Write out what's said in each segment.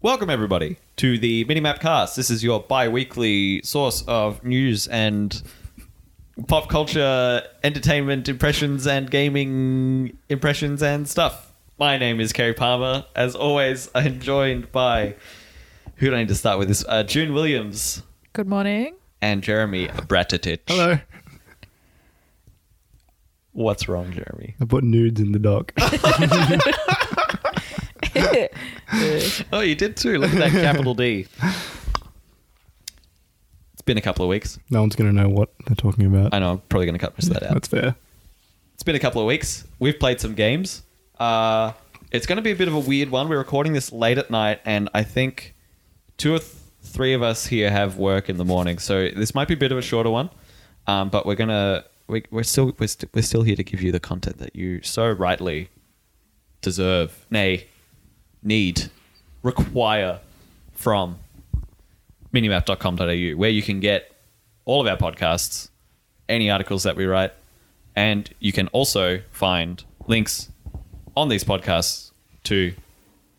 Welcome, everybody, to the Minimap Cast. This is your bi weekly source of news and pop culture, entertainment impressions, and gaming impressions and stuff. My name is Kerry Palmer. As always, I'm joined by who do I need to start with this? Uh, June Williams Good morning. and Jeremy Bratatich. Hello. What's wrong, Jeremy? I put nudes in the dock. Oh, you did too. Look at that capital D. It's been a couple of weeks. no one's going to know what they're talking about. I know I'm probably going to cut most of that out. That's fair. it's been a couple of weeks. We've played some games. Uh, it's going to be a bit of a weird one. We're recording this late at night, and I think two or th- three of us here have work in the morning, so this might be a bit of a shorter one. Um, but we're gonna we, we're still we're, st- we're still here to give you the content that you so rightly deserve, nay, need, require from minimap.com.au, where you can get all of our podcasts, any articles that we write, and you can also find links on these podcasts to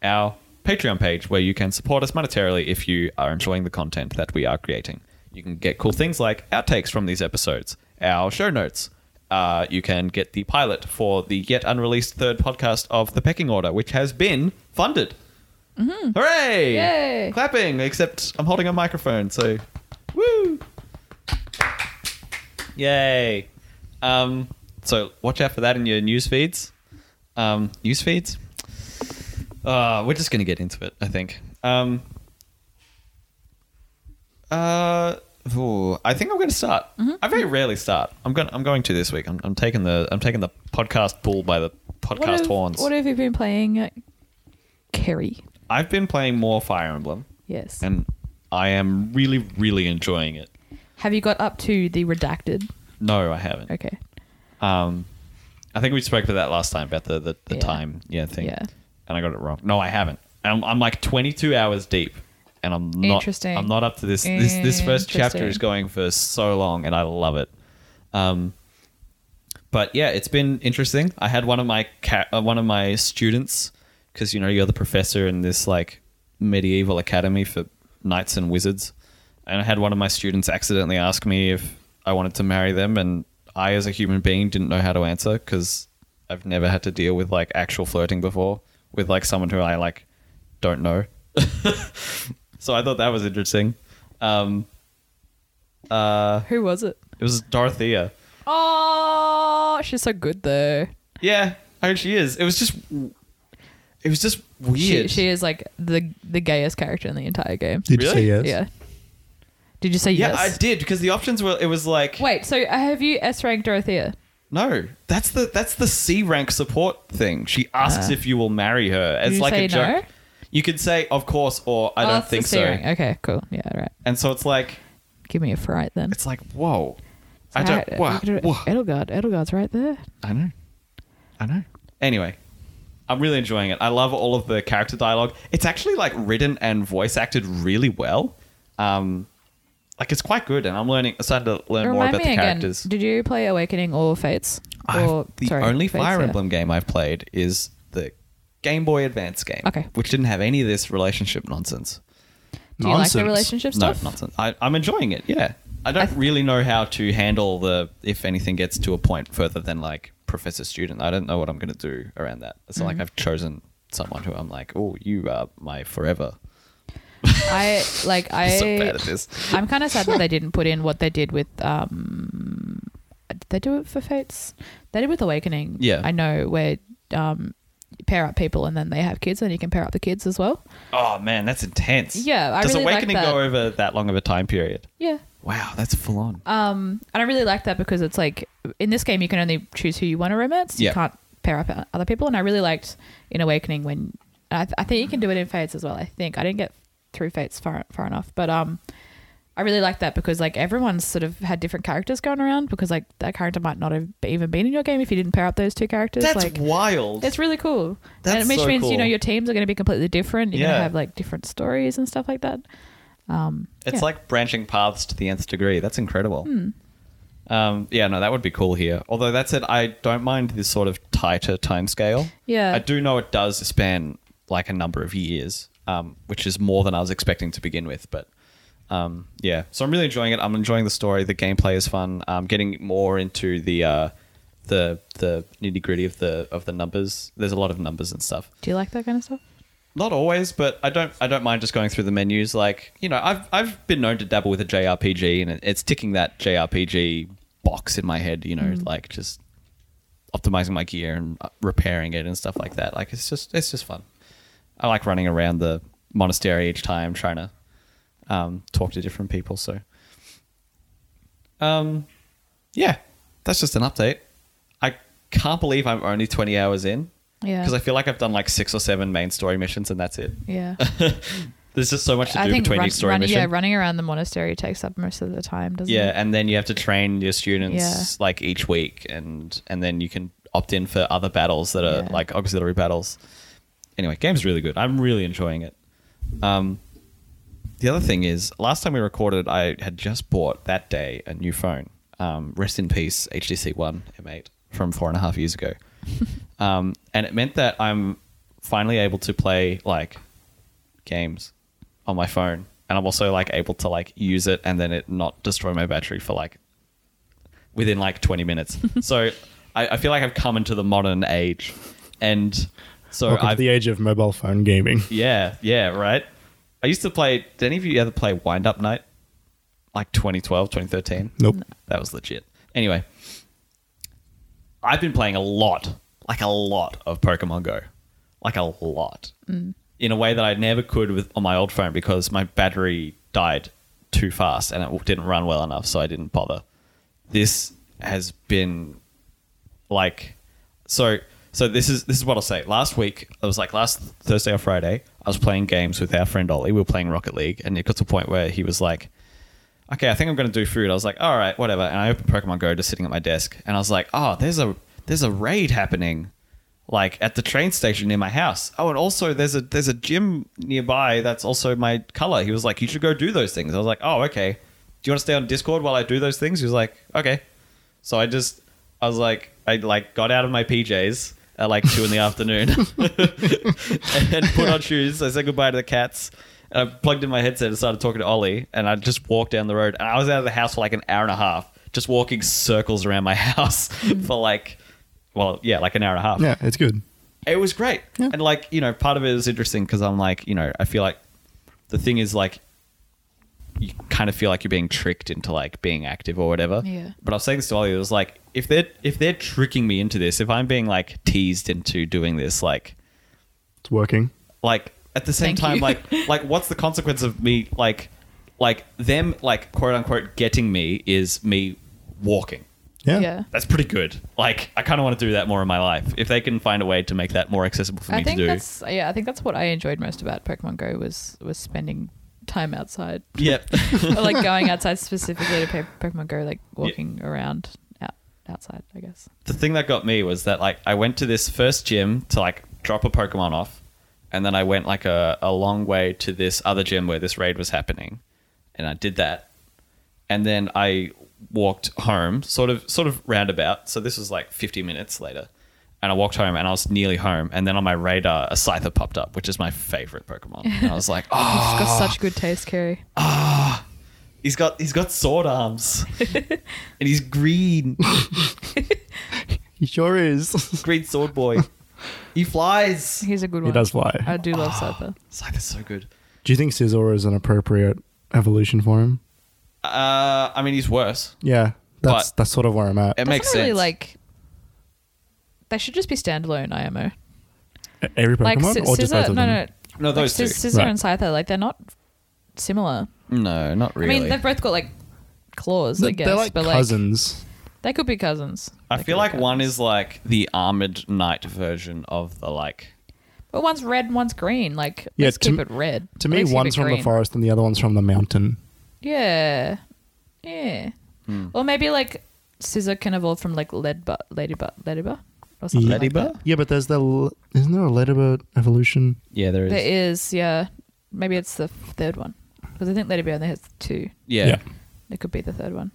our Patreon page, where you can support us monetarily if you are enjoying the content that we are creating. You can get cool things like outtakes from these episodes, our show notes. Uh, you can get the pilot for the yet unreleased third podcast of The Pecking Order, which has been funded. Hooray! Yay. Clapping, except I'm holding a microphone, so woo! Yay! Um, so watch out for that in your news feeds. Um, news feeds? Uh, we're just going to get into it, I think. Um, uh, ooh, I think I'm going to start. Mm-hmm. I very rarely start. I'm going. I'm going to this week. I'm, I'm taking the. I'm taking the podcast bull by the podcast What have, horns. what have you been playing, uh, Kerry? I've been playing more Fire Emblem, Yes. and I am really, really enjoying it. have you got up to the redacted? No, I haven't. Okay. Um, I think we spoke about that last time about the the, the Yeah. time yeah thing. Yeah. And I got it wrong. No, I haven't. I'm, I'm like 22 hours deep, and I'm not. Interesting. I'm not up to this. This this first chapter is Interesting. going for so long, and I love it. Um, but yeah, it's been interesting. I had one of my ca- uh, one of my students because you know you're the professor in this like medieval academy for knights and wizards, and I had one of my students accidentally ask me if I wanted to marry them, and I, as a human being, didn't know how to answer because I've never had to deal with like actual flirting before with like someone who I like don't know. so I thought that was interesting. Um, uh, Who was it? it was Dorothea. Oh, she's so good though. Yeah, I mean, she is. It was just, it was just She, weird. she is like the the gayest character in the entire game. Did Really? you say yes? Yeah. Did you say yeah, yes? I did because the options were. It was like, Wait, so uh, have you S ranked Dorothea? no, that's the that's the C rank support thing. She asks Ah. if you will marry her. It's you like say a joke. no? You could say of course or I Oh, don't that's the think C so. rank. Okay, cool. Yeah, all right. And so it's like Give me a fright then. it's like whoa, I don't. Alright, Whoa, you could do- whoa. Edelgard. Edelgard's right there. I know. I know. Anyway, I'm really enjoying it. I love all of the character dialogue. It's actually like written and voice acted really well. Um, like it's quite good, and I'm learning. I started to learn more Remind about me the again, characters. Did you play Awakening or Fates? I've- Or- the sorry, only Fates, Fire yeah. Emblem game I've played is the Game Boy Advance game, Okay. which didn't have any of this relationship nonsense. Do you like the Nonsense. relationship No, stuff? nonsense. I, I'm enjoying it. Yeah, I don't I- really know how to handle the if anything gets to a point further than like professor student. I don't know what I'm going to do around that. It's not Mm-hmm. like I've chosen someone who I'm like, oh, you are my forever. I like I. I'm so bad at this. I'm kind of sad that they didn't put in what they did with um. Did they do it for Fates? They did with Awakening. Yeah. I know where um you pair up people and then they have kids and you can pair up the kids as well. Oh man, that's intense. Yeah, I Does really like awakening that. go over that long of a time period? Yeah. Wow, that's full on. Um, and I really like that because it's like in this game you can only choose who you want to romance. Yeah. You can't pair up other people. And I really liked in Awakening when and I, th- I think you can do it in Fates as well. I think I didn't get through Fates far far enough, but um, I really liked that because like everyone's sort of had different characters going around because like that character might not have even been in your game if you didn't pair up those two characters. that's like wild. it's really cool. That's and which so means cool. you know your teams are going to be completely different. You're going Yeah. to have like different stories and stuff like that. It's Yeah. Hmm. like branching paths to the nth degree. That's incredible. Um, yeah, no, that would be cool here. Although that said, I don't mind this sort of tighter timescale. Yeah. I do know it does span like a number of years. um, which is more than I was expecting to begin with. But um, yeah, so I'm really enjoying it. I'm enjoying the story. The gameplay is fun. I'm getting more into the uh, the the nitty gritty of the of the numbers. There's a lot of numbers and stuff. Do you like that kind of stuff? Not always, but I don't I don't mind just going through the menus. Like you know, I've I've been known to dabble with a JRPG, and it, it's ticking that JRPG box in my head. You know, like just optimizing my gear and uh, repairing it and stuff like that. Like it's just it's just fun. I like running around the monastery each time, trying to um, talk to different people. So, um, yeah, that's just an update. I can't believe I'm only 20 hours in Yeah. because I feel like I've done like six or seven main story missions and that's it. yeah. There's just so much to do between run- each story run- mission. yeah, running around the monastery takes up most of the time, doesn't Yeah, it? and then you have to train your students Yeah. like each week, and and then you can opt in for other battles that are Yeah. like auxiliary battles. Anyway, game's really good. I'm really enjoying it. Um, the other thing is, last time we recorded, I had just bought that day a new phone. Um, rest in peace, HTC One M8 from four and a half years ago. um, and it meant that I'm finally able to play like games on my phone and i'm also like able to like use it and then it not destroy my battery for like within like 20 minutes so I, I feel like i've come into the modern age and so Welcome i to the age of mobile phone gaming. yeah yeah right i used to play did any of you ever play wind up night like 2012 2013 Nope. that was legit anyway i've been playing a lot like a lot of pokemon go like a lot in a way that i never could with on my old phone because my battery died too fast and it didn't run well enough so i didn't bother this has been like so so this is this is what I'll say. Last week, it was like last Thursday or Friday, I was playing games with our friend Ollie. We were playing Rocket League, and it got to a point where he was like, "Okay, I think I'm going to do food." I was like, "All right, whatever." And I opened Pokemon Go, just sitting at my desk, and I was like, "Oh, there's a there's a raid happening." Like at the train station near my house. Oh, and also there's a there's a gym nearby that's also my color. He was like, "You should go do those things." I was like, "Oh, okay." Do you want to stay on Discord while I do those things? He was like, "Okay." So I just, I was like, I like got out of my PJs at like two in the afternoon and put on shoes. I said goodbye to the cats. And I plugged in my headset and started talking to Ollie. And I just walked down the road. And I was out of the house for like an hour and a half, just walking circles around my house for like, well, yeah, like an hour and a half Yeah, it's good. it was great Yeah. and like you know part of it is interesting because i'm like you know i feel like the thing is like you kind of feel like you're being tricked into like being active or whatever Yeah. but i was saying this to ollie it was like if they're if they're tricking me into this if i'm being like teased into doing this like It's working. like at the same Thank time you. like like what's the consequence of me like like them like quote unquote getting me is me walking Yeah. Yeah. that's pretty good like i kind of want to do that more in my life if they can find a way to make that more accessible for me I think to do that's yeah, I think that's what I enjoyed most about Pokemon Go was was spending time outside. Yep. Or, like going outside specifically to play Pokemon Go, like walking around out, outside, I guess. the thing that got me was that like I went to this first gym to like drop a Pokemon off, and then I went like a, a long way to this other gym where this raid was happening, and I did that, and then I walked home, sort of sort of roundabout. So this was like 50 minutes later, and I walked home, and I was nearly home, and then on my radar a Scyther popped up, which is my favorite Pokemon, and I was like, oh, You've Ah. got such good taste, Kerry. he's got he's got sword arms, and he's green. He sure is. Green Sword Boy. He flies. He's a good he one. does fly. I do Ah. love Scyther. Scyther's so good. Do you think Scizor is an appropriate evolution for him? Uh, I mean, he's worse. Yeah. That's But- that's sort of where I'm at. It makes Doesn't really sense. like they should just be standalone IMO. Every Pokemon Like or just both Scissor, of no, them? no, no, like, those two. Sci- Scissor Right. and Scyther, like they're not similar. no, not really. I mean, they've both got like claws, I They're- guess, They're like but cousins. like they could be cousins. I They feel could be like one cousins. is like the armored knight version of the like. but one's red, and one's green. Like Yeah, let's to keep m- it red. To At me, least keep one's it from the green. forest and the other one's from the mountain. Yeah, yeah. Hmm. Or maybe like Scissor can evolve from like Ledbur, Ladybug, Ladybug, or something like Ladybug? that. Yeah, but there's the l- isn't there a Ladybird evolution? Yeah, there is. There is, yeah. Maybe it's the third one because I think Ladybug only has two. yeah. It could be the third one.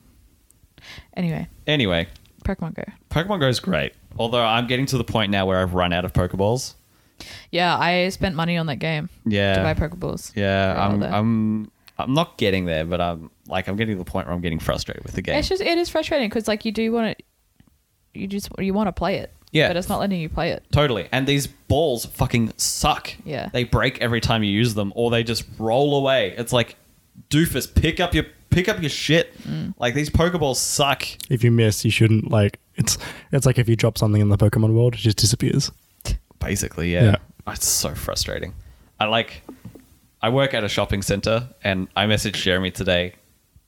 Anyway, Anyway, Pokemon Go. Pokemon Go is great. Although I'm getting to the point now where I've run out of Pokeballs, Yeah, I spent money on that game Yeah. to buy Pokeballs. Yeah, They're all I'm, there. I'm, I'm not getting there, but I'm like, I'm getting to the point where I'm getting frustrated with the game. It's just it is frustrating because like you do want to, you just you want to play it. Yeah. But it's not letting you play it. Totally. And these balls fucking suck. Yeah. They break every time you use them or they just roll away. It's like doofus, pick up your pick up your shit. Mm. Like these Pokeballs suck. If you miss, you shouldn't like. It's it's like if you drop something in the Pokemon world, it just disappears. Basically, yeah. Ah, Yeah. It's so frustrating. I like I work at a shopping center and I messaged Jeremy today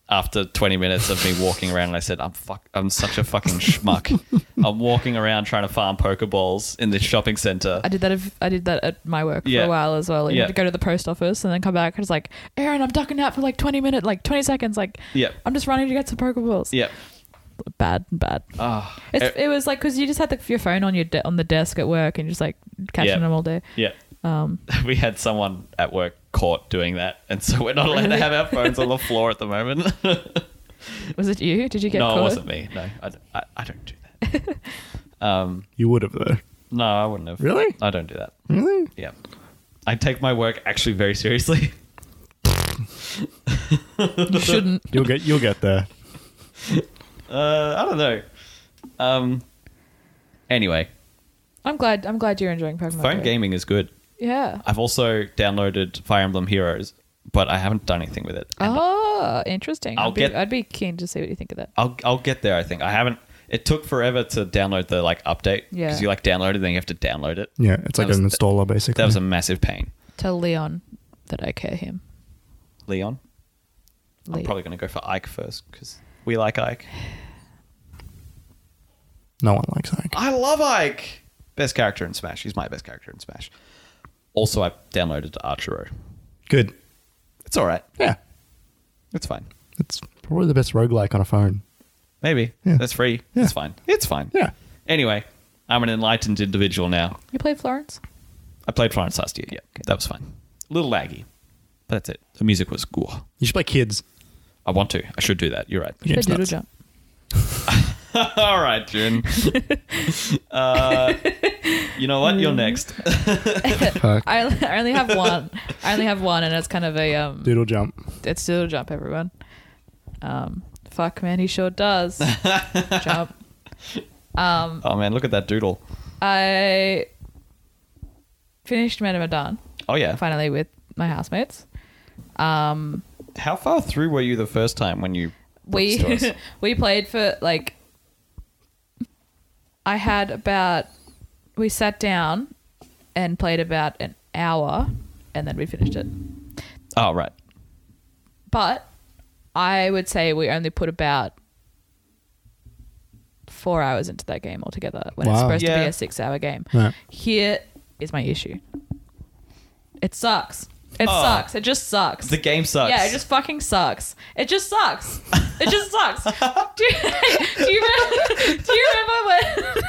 after 20 minutes of me walking around and I said, I'm fuck I'm such a fucking schmuck. I'm walking around trying to farm Pokeballs in this shopping center. I did that. If, I did that at my work for Yeah. a while as well. Like, You Yeah. had to go to the post office and then come back. It's like, Aaron, I'm ducking out for like 20 minutes, like 20 seconds. Like, Yeah. I'm just running to get some Pokeballs. Yeah. Bad, bad. Ah. It's, Eh, it, was like because you just had the, your phone on your de- on the desk at work and just like catching Yeah. them all day. Yeah. Um, we had someone at work caught doing that, and so we're not allowed to Really? have our phones on the floor at the moment. no, Was it you? Did you it get caught? wasn't me. No, I, d- I- I don't do that. um, You would have though. no, I wouldn't have. Really? I don't do that. Really? Yeah. I take my work actually very seriously. You shouldn't. You'll get you'll get there. Uh, I don't know. Um, anyway, I'm glad. I'm glad you're enjoying Pokemon. phone Go. gaming is good. Yeah. I've also downloaded Fire Emblem Heroes, but I haven't done anything with it. And Oh, interesting. I'll I'd be, get- I'd be keen to see what you think of that. I'll I'll get there. I think I haven't. It took forever to download the like update Yeah. because you like download it, then you have to download it. Yeah, it's like That was- an installer basically. That was a massive pain. Tell Leon that I care him. Leon, Leon. I'm probably going to go for Ike first because we like Ike. no one likes that. I love Ike. Best character in Smash. He's my best character in Smash. Also, I downloaded Archero. Good. It's all right. Yeah, It's fine. it's probably the best roguelike on a phone. Maybe Yeah. that's free. Yeah. It's fine. It's fine. Yeah. Anyway, I'm an enlightened individual now. You play Florence? I played Florence last year. Yeah, that was fine. A little laggy, but that's it. The music was cool. You should play kids. I want to. I should do that. You're right. You play Game's Doodle nuts. Jump. All right, June. uh, you know what? You're next. Fuck. I, I only have one. I only have one, and it's kind of a um. Doodle jump. It's Doodle Jump, everyone. Um, fuck man, he sure does jump. Um, Oh man, look at that doodle. I finished Madame Madan Oh yeah. finally with my housemates. Um, How far through were you the first time when you? brought this to we us? we played for like I had about we sat down and played about an hour and then we finished it. Oh right. But I would say we only put about four hours into that game altogether when it's Wow. supposed to Yeah. be a six hour game. Yeah. Here is my issue. It sucks. It Oh. sucks. It just sucks. The game sucks. Yeah, it just fucking sucks. It just sucks. It just sucks. do, you, do you remember? Do you remember when?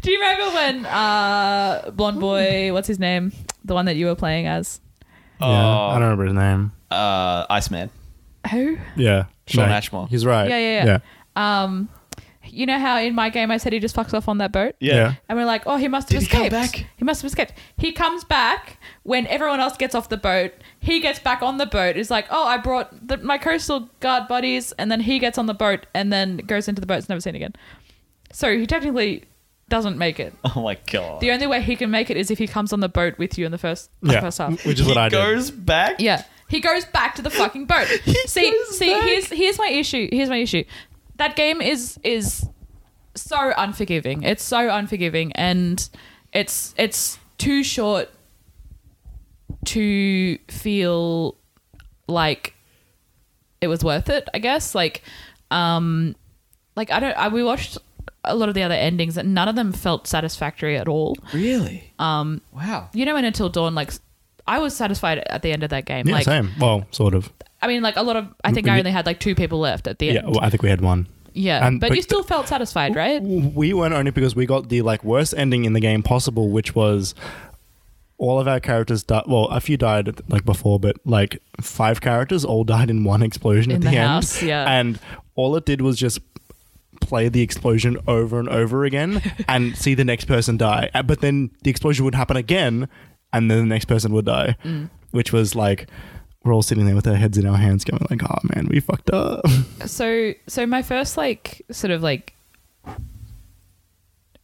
do you remember when uh, blonde boy? What's his name? The one that you were playing as? Oh, Yeah, I don't remember his name. uh, Iceman. Who? Yeah, Sean Ashmore. He's right. Yeah, yeah, yeah. Um, you know how in my game I said he just fucks off on that boat. Yeah. Yeah. And we're like, oh, he must have Did he come escaped. back? He must have escaped. He comes back when everyone else gets off the boat. He gets back on the boat. Is like, oh, I brought the, my coastal guard buddies, and then he gets on the boat and then goes into the boat's never seen again. So he technically doesn't make it. Oh my god. The only way he can make it is if he comes on the boat with you in the first, Yeah. first half. Which is what he I did. goes back. Yeah. He goes back to the fucking boat. see, goes see, back. here's here's my issue. Here's my issue. That game is is so unforgiving. It's so unforgiving and it's it's too short to feel like it was worth it, I guess. Like um like I don't I, we watched a lot of the other endings and none of them felt satisfactory at all Really? Um. Wow. you know, and until dawn, like I was satisfied at the end of that game. Yeah, like same. Well, sort of. I mean, like a lot of I think When I you- only had like two people left at the Yeah. end. well, I think we had one. yeah, And- but, but you still felt satisfied, right? We weren't only because we got the like worst ending in the game possible, which was all of our characters died. Well, a few died like before, but like five characters all died in one explosion In at the the, house, end. yeah. And all it did was just play the explosion over and over again and see the next person die. Uh, But then the explosion would happen again and then the next person would die, Mm. which was like we're all sitting there with our heads in our hands going like, "Oh man, we fucked up." so so my first like sort of like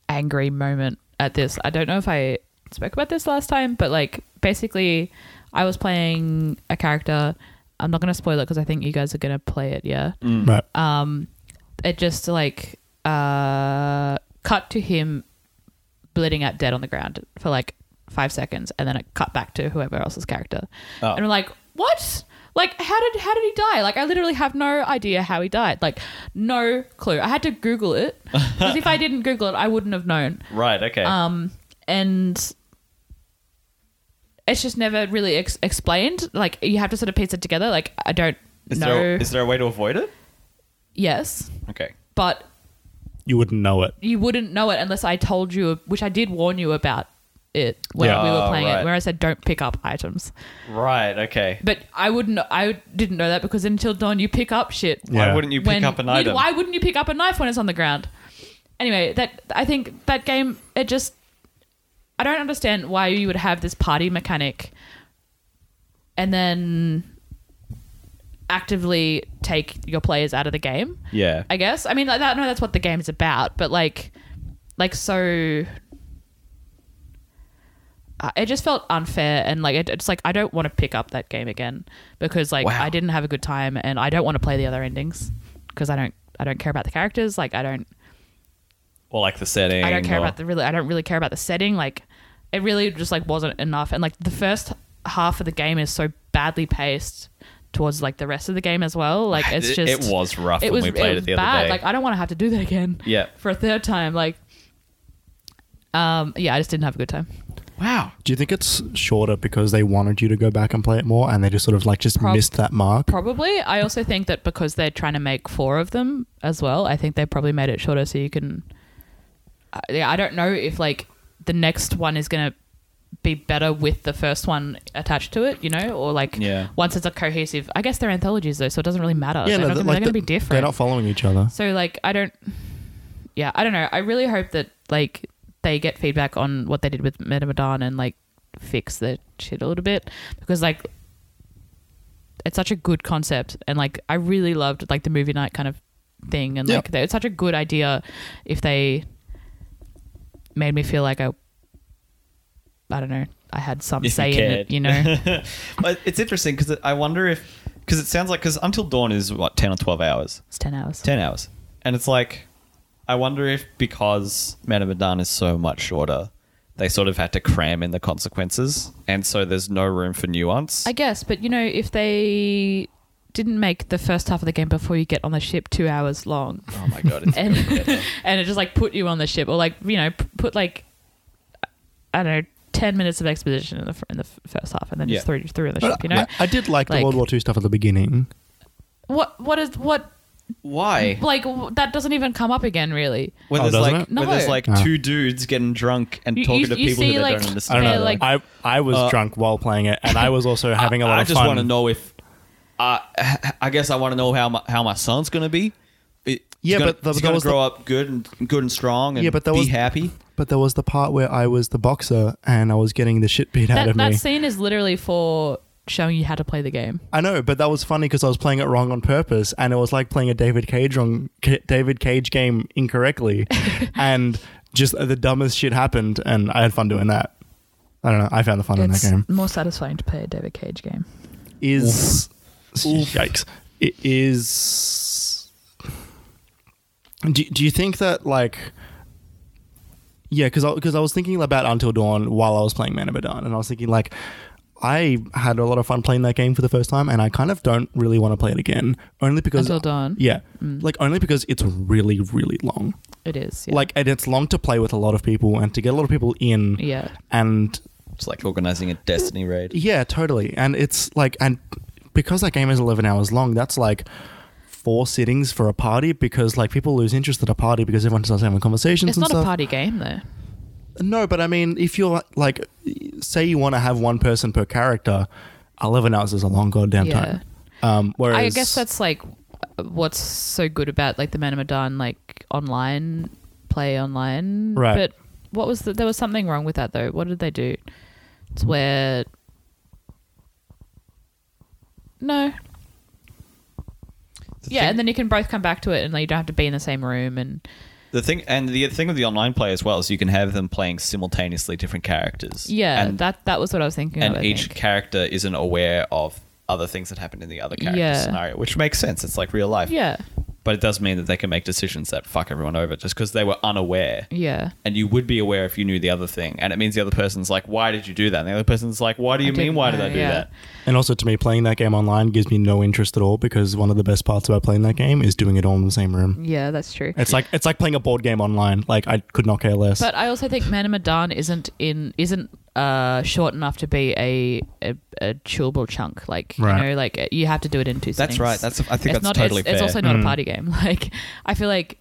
angry moment at this i don't know if i spoke about this last time but like basically i was playing a character i'm not going to spoil it because i think you guys are going to play it yeah right. um it just like uh cut to him bleeding out dead on the ground for like five seconds and then it cut back to whoever else's character Oh. and we're like what like how did how did he die like i literally have no idea how he died like no clue i had to google it because if i didn't google it i wouldn't have known Right. Okay. um and it's just never really ex- explained like you have to sort of piece it together like i don't is, know there, is there a way to avoid it? yes Okay. but You wouldn't know it. you wouldn't know it unless I told you, which I did warn you about it when Yeah. we were Ah, playing right. it, where I said don't pick up items. Right. Okay. But I wouldn't, I didn't know that because until dawn, you pick up shit. Why Yeah. wouldn't you pick when- up an you- item? Why wouldn't you pick up a knife when it's on the ground? Anyway, that I think that game, it just, I don't understand why you would have this party mechanic and then actively take your players out of the game. Yeah. I guess. I mean, like that. No, that's what the game's about. But like, like so, uh, it just felt unfair, and like it, it's like I don't want to pick up that game again because like Wow. I didn't have a good time, and I don't want to play the other endings because I don't I don't care about the characters. Like I don't or like the setting. I don't care or- about the really. I don't really care about the setting. Like, it really just like wasn't enough. And like the first half of the game is so badly paced towards like the rest of the game as well. Like it's It- just it was rough when we played it the other day. Like I don't want to have to do that again. Yeah. For a third time, like, um, yeah, I just didn't have a good time. Wow. Do you think it's shorter because they wanted you to go back and play it more and they just sort of like just Prob- missed that mark? Probably. I also think that because they're trying to make four of them as well, I think they probably made it shorter so you can. I- Yeah, I don't know if like the next one is gonna be better with the first one attached to it, you know, or like Yeah. once it's a cohesive. I guess they're anthologies though, so it doesn't really matter. Yeah, they're, not th- gonna, like they're gonna the- be different. They're not following each other. So like I don't Yeah, I don't know. I really hope that like they get feedback on what they did with Metamadon and like fix the shit a little bit because like it's such a good concept and like I really loved like the movie night kind of thing and Yeah. like it's such a good idea if they made me feel like I I don't know, I had some If you say in it, cared. you know. But it's interesting because I wonder if because it sounds like because until dawn is what ten or twelve hours, it's 10 hours. ten hours, and it's like I wonder if because Man of Medan is so much shorter, they sort of had to cram in the consequences, and so there's no room for nuance. I guess, but you know, if they didn't make the first half of the game before you get on the ship two hours long, oh my god! It's and and it just like put you on the ship, or like you know, p- put like I don't know, ten minutes of exposition in the fir- in the f- first half, and then just Yeah. throw you through on the But ship, you know. I, I did like, Like- the World War II stuff at the beginning. What what is what why? like w- that doesn't even come up again, really. When Oh, there's doesn't like it? No. when there's like Ah. two dudes getting drunk and You- talking you- to you people see, who they like, don't I understand. don't They're know. like- I I was Uh, drunk while playing it, and I was also having a lot I of just fun. want to know if I I guess I want to know how my how my son's going to be. It- he's Yeah, gonna, but the- he's there going to was the- grow up good and good and strong and Yeah, but there be was- happy. But there was the part where I was the boxer and I was getting the shit beat out That of that me. scene is literally for showing you how to play the game. I know, but that was funny because I was playing it wrong on purpose, and it was like playing a David Cage wrong, C- David Cage game incorrectly, and just the dumbest shit happened, and I had fun doing that. I don't know. I found the fun in that it's game. more satisfying to play a David Cage game. Is yikes? It is. Do, do you think that like? Yeah, because because I, was thinking about Until Dawn while I was playing Man of Medan, and I was thinking like, I had a lot of fun playing that game for the first time, and I kind of don't really want to play it again, only because Until Dawn. Yeah, like only because it's really really long. It is yeah. Like, and it's long to play with a lot of people and to get a lot of people in, yeah. and It's like organizing a destiny raid. yeah, totally. And it's like, and because that game is 11 hours long, that's like four sittings for a party because like people lose interest at a party because everyone starts having conversations It's and not stuff. a party game though. No, but I mean, if you're like, say you want to have one person per character, 11 hours is a long goddamn Yeah. time. Um, whereas I guess that's like what's so good about like the Manamadon like online play online. Right. But what was the, there was something wrong with that though. What did they do? It's where No. The yeah, thing- and then you can both come back to it and like, you don't have to be in the same room and The thing and the thing with the online play as well is you can have them playing simultaneously different characters. yeah, and, that that was what I was thinking and of. I each think. character isn't aware of other things that happened in the other character Yeah. scenario, which makes sense. It's like real life. Yeah. But it does mean that they can make decisions that fuck everyone over just because they were unaware. Yeah. And you would be aware if you knew the other thing. And it means the other person's like, why did you do that? And the other person's like, why do you I mean, didn't why did know, I do yeah. that? And also, to me, playing that game online gives me no interest at all because one of the best parts about playing that game is doing it all in the same room. Yeah, that's true. It's like it's like playing a board game online. Like I could not care less. But I also think Madame Madan isn't in isn't uh, short enough to be a a, a chewable chunk. Like Right. you know, like uh, you have to do it in two. That's sittings. right. That's- I think that's it's not, totally it's, It's fair. also Mm. not a party game. Like I feel like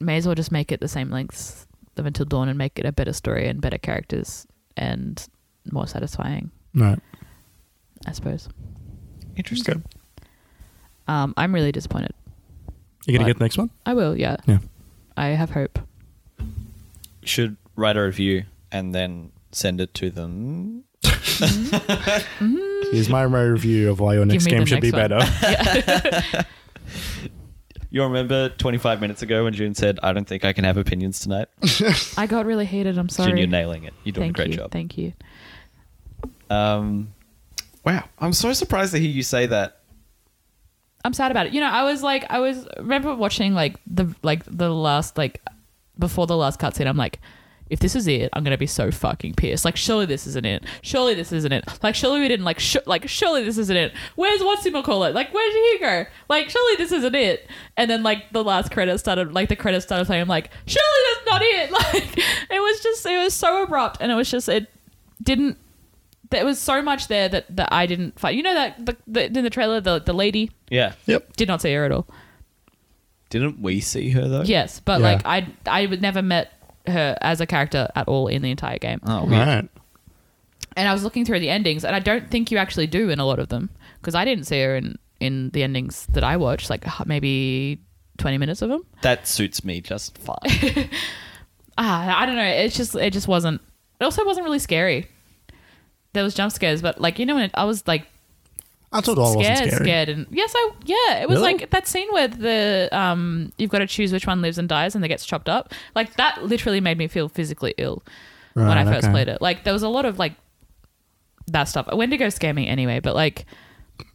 may as well just make it the same length of Until Dawn and make it a better story and better characters and more satisfying. right. I suppose. Interesting. Okay. Um, I'm really disappointed. You gonna Right. get the next one? I will. Yeah. Yeah. I have hope. Should write a review and then send it to them. Here's my review of why your next me game the should be next one. better. You remember 25 minutes ago when June said, I don't think I can have opinions tonight? I got really heated. I'm sorry. June, you're nailing it. You're doing Thank a great you. job. Thank you. Um, wow, I'm so surprised to hear you say that. I'm sad about it. You know, I was like, I was remember watching like the like the last like before the last cutscene. I'm like, if this is it, I'm gonna be so fucking pissed. Like, surely this isn't it. Surely this isn't it. Like, surely we didn't like. Sh- like, surely this isn't it. Where's what's him call it? Like, where did he go? Like, surely this isn't it. And then like the last credit started. Like the credits started playing. I'm like, surely that's not it. Like, it was just it was so abrupt, and it was just it didn't there was so much there that, that I didn't find. You know that the, the, in the trailer, the the lady Yeah. yep. did not see her at all. Didn't we see her though? Yes, but Yeah. like I I would never met her as a character at all in the entire game. Oh, All weird. right. And I was looking through the endings, and I don't think you actually do in a lot of them because I didn't see her in in the endings that I watched, like h- maybe twenty minutes of them. That suits me just fine. Ah, I don't know. It's just it just wasn't. It also wasn't really scary. There was jump scares, but like you know when it, I was like I thought all wasn't scared, scary. scared, and yes, I yeah, it was Really? like that scene where the um you've got to choose which one lives and dies, and that gets chopped up. Like that literally made me feel physically ill when Right, I first okay. played it. Like there was a lot of like that stuff. Wendigo scare me anyway, but like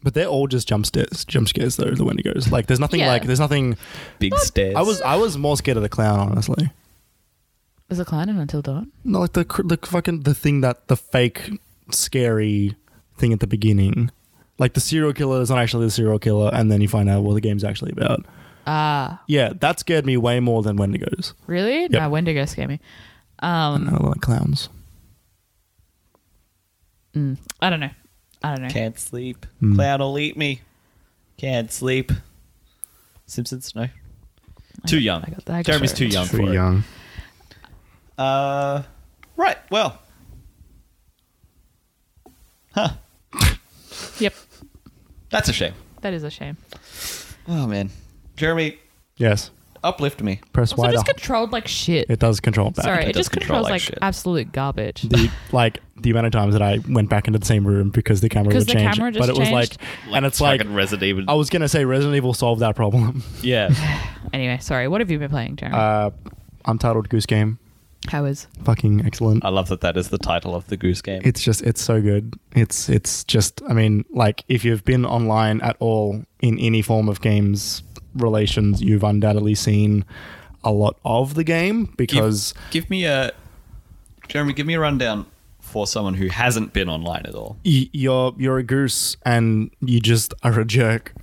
But they're all just jump scares. Jump scares though. The Wendigos. Like there's nothing Yeah. like there's nothing. Big stairs. I was I was more scared of the clown honestly. there's a clown in Until Dawn. No, like the cr- the fucking the thing that the fake scary thing at the beginning. Like the serial killer is not actually the serial killer, and then you find out what the game's actually about. Ah, Yeah, that scared me way more than Wendigos. really? No, Wendigo scare me. And I like clowns. I don't know. I don't know. Can't sleep. Clown will eat me. Can't sleep. Simpsons? No. Too young. I got that. I got Jeremy's that. too young for it. young. Uh, right. Well, Yep, that's a shame. that is a shame. Oh man, Jeremy, Yes. uplift me. Press Also, Y. just to- controlled like shit. it does control back. Sorry, it it, does just control controls like like shit. absolute garbage. The like the amount of times that I went back into the same room because the camera 'Cause was the changed. camera just but it was like, changed? and it's like fucking Resident Evil. I was gonna say Resident Evil solved that problem. yeah. Anyway, sorry. What have you been playing, Jeremy? Uh, Untitled Goose Game, How is? fucking excellent. I love that. That is the title of the Goose Game. it's just it's so good it's it's just i mean like if you've been online at all in any form of games relations you've undoubtedly seen a lot of the game because give me a Jeremy. Give me a rundown for someone who hasn't been online at all. y- you're you're a goose and you just are a jerk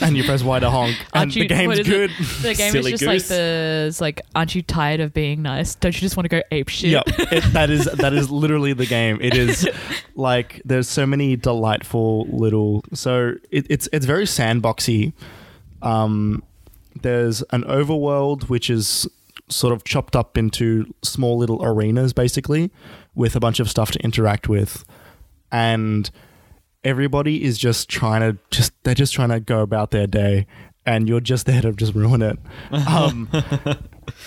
and you press Y to honk and Aren't the you- what game's is good It? The game Silly is just like goose. the it's like. Aren't you tired of being nice? Don't you just want to go ape shit? Yep, it, that is that is literally the game. It is like there's so many delightful little. So it, it's it's very sandboxy. Um, there's an overworld which is sort of chopped up into small little arenas, basically, with a bunch of stuff to interact with, and everybody is just trying to just they're just trying to go about their day, and you're just there to just ruin it. Um,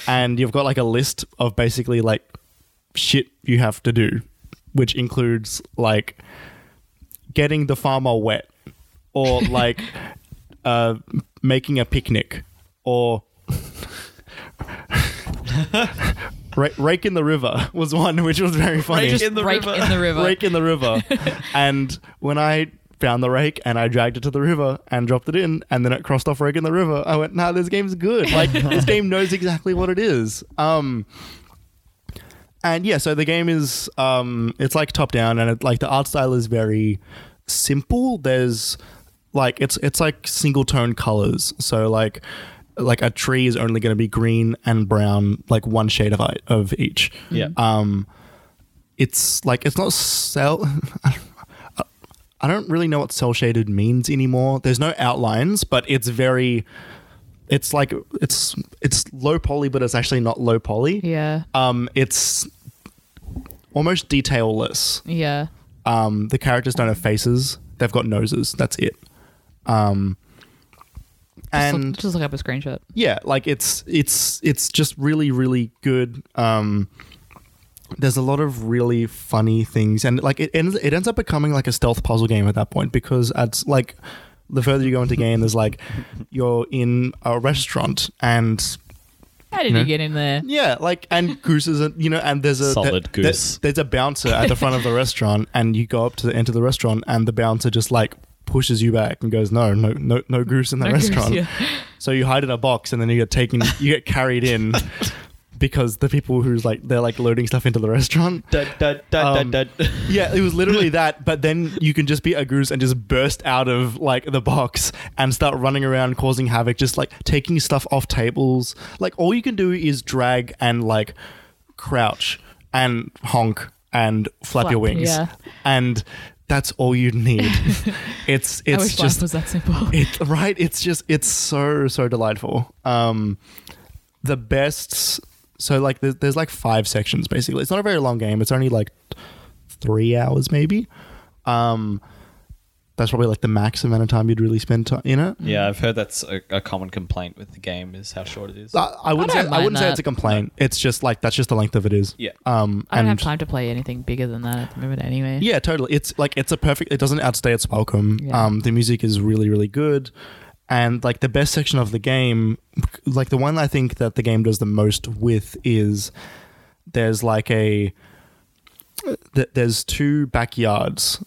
and you've got like a list of basically like shit you have to do, which includes like getting the farmer wet, or like uh, making a picnic, or ra- rake in the river was one which was very funny. Rake in the Rake river. in the river. Rake in the river. and when I found the rake and I dragged it to the river and dropped it in and then it crossed off rake in the river, I went, nah, this game's good. Like this game knows exactly what it is. Um and yeah, so the game is um it's like top down and it like the art style is very simple. There's like it's it's like single tone colors. So like like a tree is only going to be green and brown, like one shade of of each Yeah. um it's like it's not cell i don't really know what cell shaded means anymore there's no outlines but it's very it's like it's it's low poly but it's actually not low poly Yeah. um it's almost detailless Yeah. um the characters don't have faces they've got noses that's it um Just and look, just look up a screenshot. yeah like it's it's it's just really really good um there's a lot of really funny things and like it ends it ends up becoming like a stealth puzzle game at that point because it's like the further you go into game there's like you're in a restaurant and How did No. you get in there? yeah like and goose is a, you know and there's a Solid there- there- goose. there's a bouncer at the front of the restaurant and you go up to enter the restaurant and the bouncer just like pushes you back and goes no no no no goose in the No goose, restaurant yeah. so you hide in a box and then you get taken, you get carried in because the people who's like, they're like loading stuff into the restaurant. Da, da, da, Um, da, da. Yeah, it was literally that, but then you can just be a goose and just burst out of like the box and start running around causing havoc, just like taking stuff off tables. Like all you can do is drag and like crouch and honk and flap, Flap, your wings. yeah. And that's all you need. it's I it's wish just life was that simple. it right it's just it's so so delightful um the best so like there's, there's like five sections basically it's not a very long game it's only like three hours maybe um that's probably like the max amount of time you'd really spend ti- in it Yeah, I've heard that's a, a common complaint with the game is how short it is. i, I wouldn't I don't say i mind wouldn't say that. it's a complaint it's just like that's just the length of it is Yeah. um I don't and have time to play anything bigger than that at the moment, anyway. Yeah, totally. It's like it's a perfect. It doesn't outstay its welcome. Yeah. Um, the music is really, really good, and like the best section of the game, like the one I think that the game does the most with is there's like a th- there's two backyards,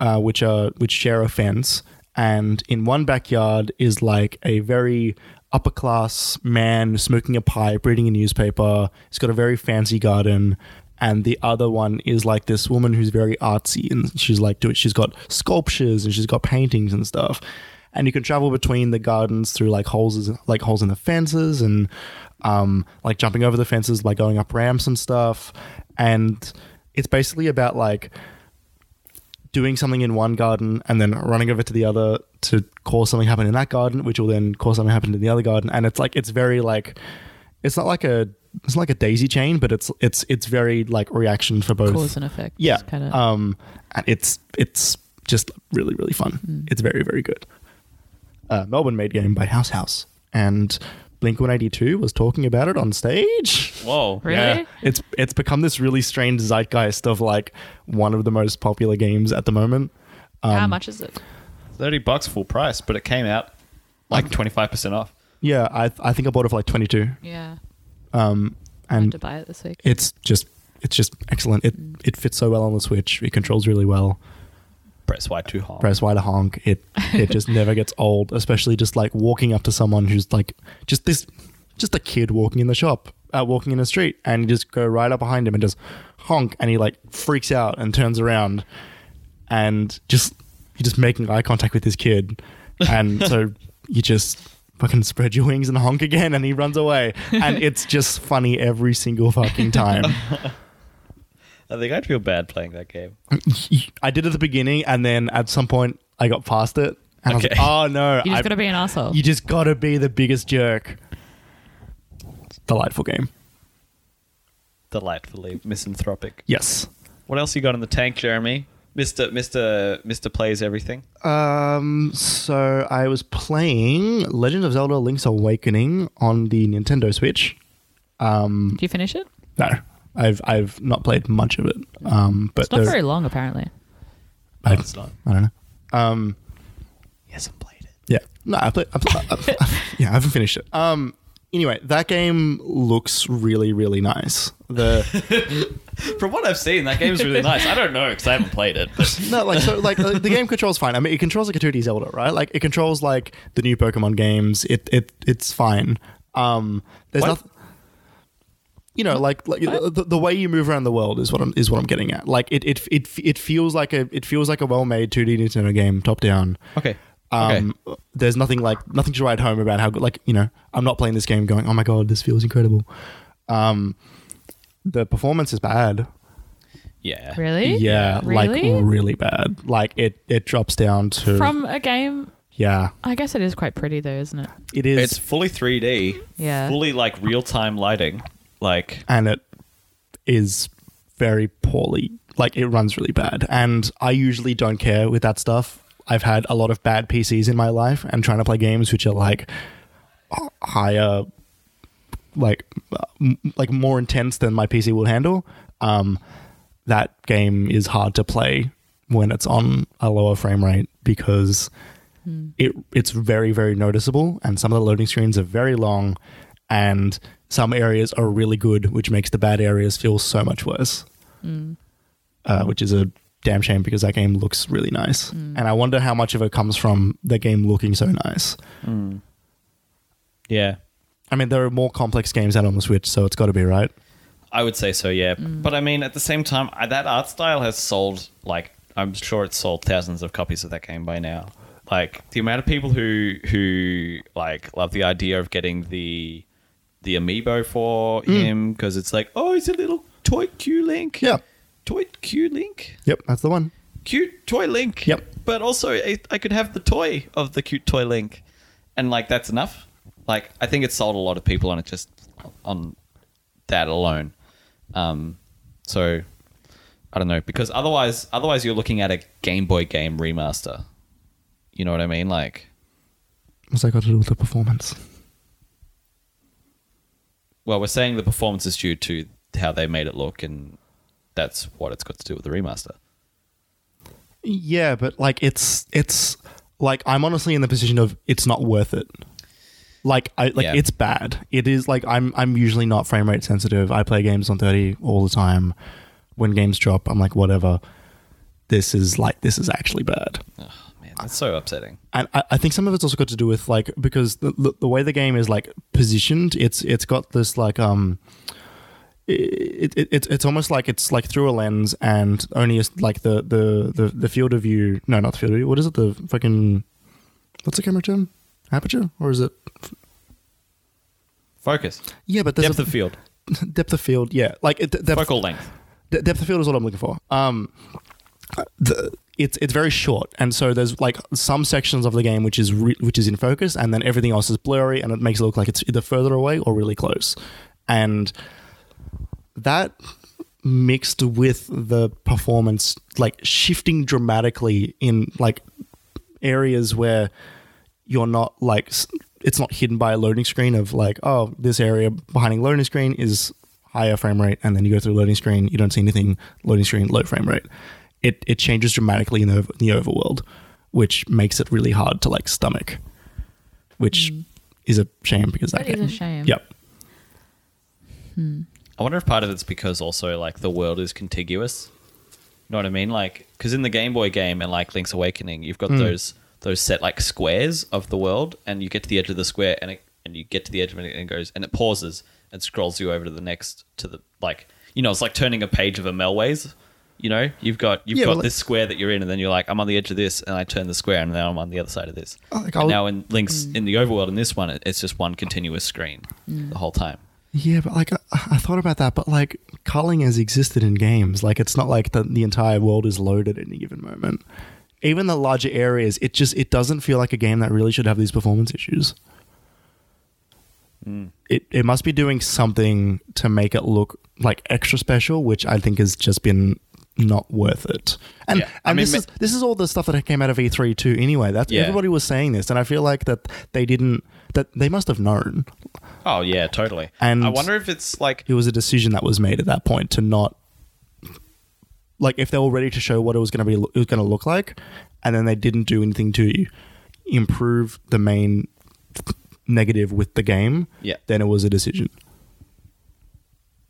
uh, which are which share a fence, and in one backyard is like a very upper class man smoking a pipe, reading a newspaper. He's got a very fancy garden. And the other one is like this woman who's very artsy, and she's like doing. She's got sculptures and she's got paintings and stuff, and you can travel between the gardens through like holes, like holes in the fences, and um, like jumping over the fences by going up ramps and stuff. And it's basically about like doing something in one garden and then running over to the other to cause something happen in that garden, which will then cause something happen in the other garden. And it's like it's very like it's not like a it's not like a daisy chain, but it's it's it's very like reaction for both. Cause and effect. yeah, Kind of. um, and it's it's just really really fun. It's very very good. Uh, Melbourne made game by House House and Blink One Eighty Two was talking about it on stage. Whoa. Really? Yeah. It's it's become this really strange zeitgeist of like one of the most popular games at the moment. How Um, much is it? 30 bucks full price, but it came out like 25% off. Yeah, I I think I bought it for like 22. Yeah. Um I had to and buy it this week. it's just it's just excellent. It it fits so well on the Switch. It controls really well. Press Y too hard. Press Y to honk. It it just never gets old, especially just like walking up to someone who's like just this just a kid walking in the shop, uh, walking in the street and you just go right up behind him and just honk and he like freaks out and turns around and just you're just making eye contact with this kid and so you just fucking spread your wings and honk again and he runs away and it's just funny every single fucking time I think I'd feel bad playing that game. i did it at the beginning and then at some point i got past it Okay. and i was like oh no You just I- gotta be an asshole. you just gotta be the biggest jerk delightful game Delightfully misanthropic. yes What else you got in the tank, Jeremy? Mister Mister Mister plays everything. Um, so I was playing Legend of Zelda: Link's Awakening on the Nintendo Switch. Did you finish it? No, I've I've not played much of it. Um, but It's not there- very long, apparently. I, it's not. I don't know. Um, He hasn't played it. Yeah. No, I played. I, play, I, I- yeah, I haven't finished it. Um. Anyway, that game looks really, really nice. The From what I've seen, that game's really nice. I don't know because I haven't played it. But no, like so, like uh, the game controls fine. I mean, it controls like a two D Zelda, right? Like it controls like the new Pokemon games. It it it's fine. Um, there's What? nothing. You know, like, like the, the way you move around the world is what I'm is what I'm getting at. Like it it it, it feels like a it feels like a well made two D Nintendo game, top down. okay, Um, There's nothing like nothing to write home about how good. Like you know, I'm not playing this game going, oh my god, this feels incredible. Um, the performance is bad. yeah, Really? Yeah, Really? like really bad. Like it it drops down to From a game, yeah. I guess it is quite pretty though, isn't it? It is it's fully 3D, Yeah. fully like real time lighting, like and it is very poorly. Like it runs really bad, and I usually don't care with that stuff. I've had a lot of bad PCs in my life, and trying to play games which are like h- higher, like uh, m- like more intense than my PC will handle. Um, that game is hard to play when it's on a lower frame rate because it it's very very noticeable and some of the loading screens are very long and some areas are really good which makes the bad areas feel so much worse uh, which is a damn shame because that game looks really nice and i wonder how much of it comes from the game looking so nice yeah. i mean there are more complex games out on the switch so it's got to be right I would say so, yeah. But I mean, at the same time, I- that art style has sold like I'm sure it's sold thousands of copies of that game by now. Like the amount of people who who like love the idea of getting the the amiibo for him because it's like, oh, he's a little toy Q Link. Yeah. toy Q Link, yep that's the one cute toy Link. Yep. But also, I, I could have the toy of the cute toy Link, and like that's enough. Like I think it sold a lot of people on it just on that alone. Um, so I don't know because otherwise, otherwise you're looking at a Game Boy game remaster. You know what I mean? Like, what's that got to do with the performance well, we're saying the performance is due to how they made it look, and that's what it's got to do with the remaster. yeah but like it's it's like i'm honestly in the position of it's not worth it like i like Yeah. it's bad it is like i'm i'm usually not frame rate sensitive i play games on 30 all the time when games drop i'm like whatever this is like this is actually bad Oh man, that's so upsetting. and I, I think some of it's also got to do with like because the, the, the way the game is like positioned it's it's got this like um it, it, it, it's almost like it's like through a lens and only is like the, the the the field of view no not the field of view what is it the fucking what's the camera term aperture or is it Focus, yeah but there's depth a, of field, depth of field yeah like it, depth, focal length. De- depth of field is what I'm looking for. Um, the, it's it's very short, and so there's like some sections of the game which is re- which is in focus, and then everything else is blurry, and it makes it look like it's either further away or really close, and that mixed with the performance like shifting dramatically in like areas where you're not like s- it's not hidden by a loading screen of like oh this area behind a loading screen is higher frame rate and then you go through loading screen you don't see anything loading screen low frame rate it it changes dramatically in the, in the overworld which makes it really hard to like stomach which is a shame because that, Mm. That is game- a shame. yep I wonder if part of it's because also like the world is contiguous. You know what I mean? Like, because in the Game Boy game and like Link's Awakening, you've Hmm. got those those set like squares of the world, and you get to the edge of the square, and it, and you get to the edge of it, and it goes, and it pauses and scrolls you over to the next to the like, you know, it's like turning a page of a Melways. You know, you've got you've Yeah, got well, like- this square that you're in, and then you're like, I'm on the edge of this, and I turn the square, and now I'm on the other side of this. Oh, like, And I'll- Hmm. now in Link's in the overworld, in this one, it- it's just one continuous screen the whole time. Yeah, but like I, I thought about that, but like culling has existed in games. Like it's not like the, the entire world is loaded at any given moment. Even the larger areas, it just it doesn't feel like a game that really should have these performance issues. Mm. It it must be doing something to make it look like extra special, which I think has just been not worth it. And Yeah. and I mean, this ma- is this is all the stuff that came out of E3 too. Anyway, that's Yeah. everybody was saying this, and I feel like that they didn't that they must have known Oh yeah, totally. And- I wonder if it's like it was a decision that was made at that point to not like if they were ready to show what it was going to be it was going to look like and then they didn't do anything to improve the main negative with the game Yeah. then it was a decision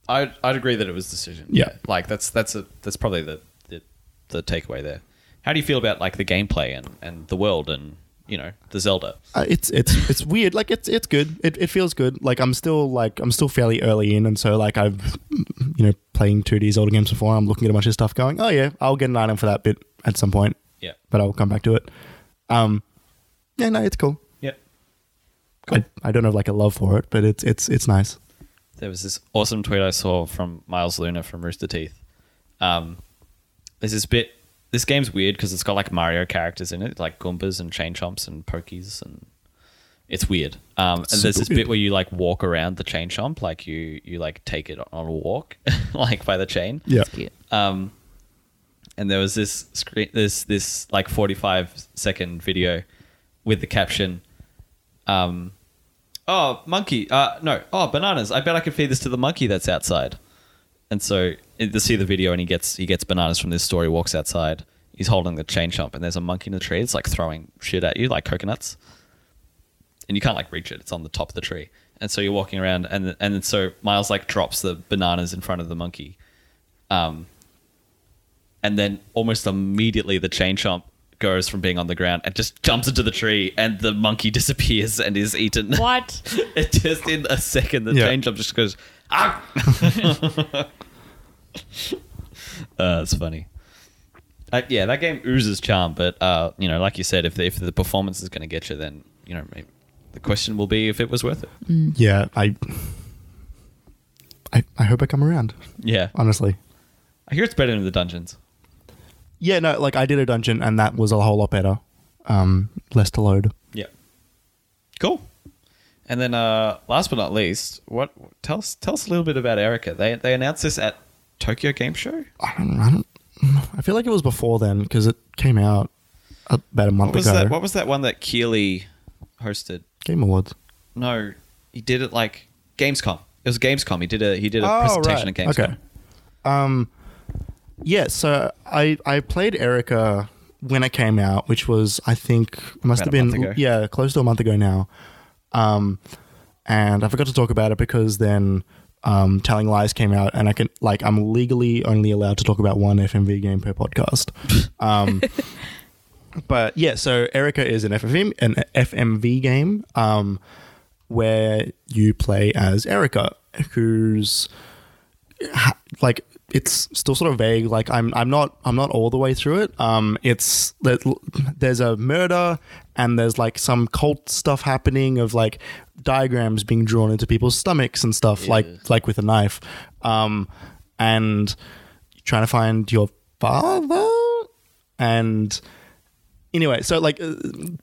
I'd, I'd agree that it was decision. Yeah. like that's that's a that's probably the, the the takeaway there. How do you feel about like the gameplay and and the world and you know the Zelda? uh, it's it's it's weird like it's it's good it, it feels good like i'm still like i'm still fairly early in and so like i've you know playing 2d older games before i'm looking at a bunch of stuff going oh yeah i'll get an item for that bit at some point Yeah, but i'll come back to it um yeah no it's cool yeah. I, I don't have like a love for it, but it's it's it's nice. there was this awesome tweet I saw from Miles Luna from Rooster Teeth. Um, there's this bit. This game's weird because it's got like Mario characters in it, like Goombas and Chain Chomps and Pokies, and it's weird. Um, and there's super this weird. bit where you like walk around the Chain Chomp, like you you like take it on a walk, like by the chain. Yeah. It's cute. Um, and there was this screen, this this like forty five second video with the caption, um, "Oh monkey, uh, no, oh bananas. I bet I could feed this to the monkey that's outside." And so it- to see the video, and he gets he gets bananas from this store. He walks outside. He's holding the chain chomp, and there's a monkey in the tree. It's like throwing shit at you, like coconuts and you can't like reach it. It's on the top of the tree, and so you're walking around, and and then so Miles like drops the bananas in front of the monkey, um, and then almost immediately the chain chomp goes from being on the ground and just jumps into the tree, and the monkey disappears and is eaten. What? it just in a second, the Yeah. chain chomp just goes, ah. uh, it's funny. Uh, yeah, that game oozes charm, but uh, you know, like you said, if the, if the performance is going to get you, then you know, maybe the question will be if it was worth it. Mm-hmm. Yeah, I I I hope I come around, Yeah, honestly. I hear it's better than the dungeons. Yeah, no, like I did a dungeon and that was a whole lot better. Um less to load. Yeah, cool. And then, uh, last but not least, what tell us tell us a little bit about Erica. They they announced this at Tokyo Game Show. I don't I don't I feel like it was before then cuz it came out about a month What was ago. that? What was that one that Keeley hosted? Game Awards. No, he did it like Gamescom. It was Gamescom. He did a he did a presentation at Gamescom. Okay. Oh, Um, yeah, so I I played Erica when it came out, which was I think it must About have a been month ago. yeah close to a month ago now. Um, and I forgot to talk about it because then um, Telling Lies came out, and I can like I'm legally only allowed to talk about one FMV game per podcast. Um, but yeah, so Erica is an FFM an FMV game um, where you play as Erica, who's ha- like it's still sort of vague. Like I'm I'm not I'm not all the way through it. Um, it's there- there's a murder and there's like some cult stuff happening of like diagrams being drawn into people's stomachs and stuff like like with a knife, um, and trying to find your father and anyway so like uh,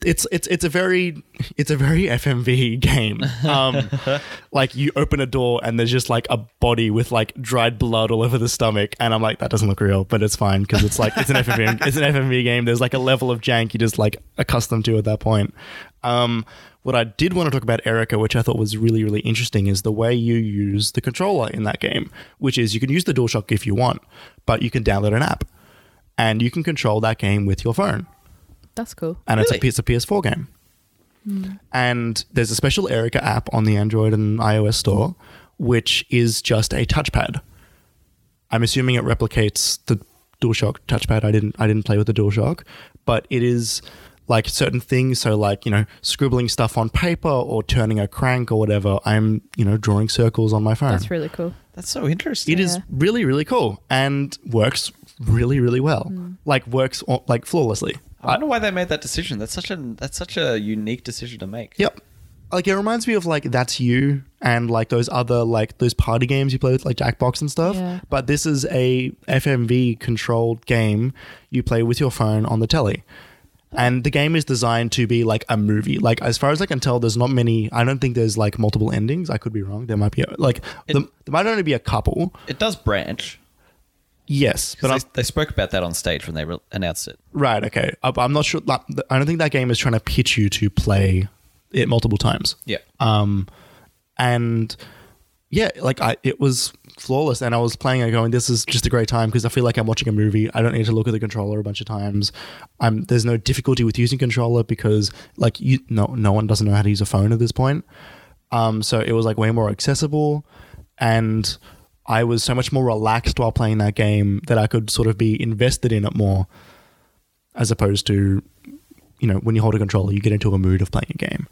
it's it's it's a very it's a very fmv game um like you open a door and there's just like a body with like dried blood all over the stomach and i'm like that doesn't look real but it's fine because it's like it's an fmv it's an fmv game there's like a level of jank you just like accustomed to at that point um what i did want to talk about erica which i thought was really really interesting is the way you use the controller in that game which is you can use the dualshock if you want but you can download an app and you can control that game with your phone That's cool. and it's a, Really? P- it's a PS4 game. Hmm. And there's a special Erica app on the Android and iOS store, which is just a touchpad. I'm assuming it replicates the DualShock touchpad. I didn't I didn't play with the DualShock, but it is like certain things. So like you know, scribbling stuff on paper or turning a crank or whatever. I'm you know drawing circles on my phone. That's really cool. That's so interesting. It is Yeah. really really cool and works really really well. Hmm. Like works o- like flawlessly. Oh, I wonder why they made that decision. That's such a that's such a unique decision to make. Yep. Like it reminds me of like That's You and like those other like those party games you play with like Jackbox and stuff. Yeah. But this is a FMV controlled game you play with your phone on the telly. And the game is designed to be like a movie. Like as far as I can tell, there's not many. I don't think there's like multiple endings. I could be wrong. There might be like the, there might only be a couple. It does branch. Yes, but I'm, Because they, they spoke about that on stage when they re- announced it. right. Okay, I, I'm not sure. Like, I don't think that game is trying to pitch you to play it multiple times. Yeah. um and yeah like i it was flawless and i was playing and going this is just a great time because i feel like i'm watching a movie i don't need to look at the controller a bunch of times i'm there's no difficulty with using controller because like you no no one doesn't know how to use a phone at this point um so it was like way more accessible and i was so much more relaxed while playing that game that i could sort of be invested in it more as opposed to you know when you hold a controller you get into a mood of playing a game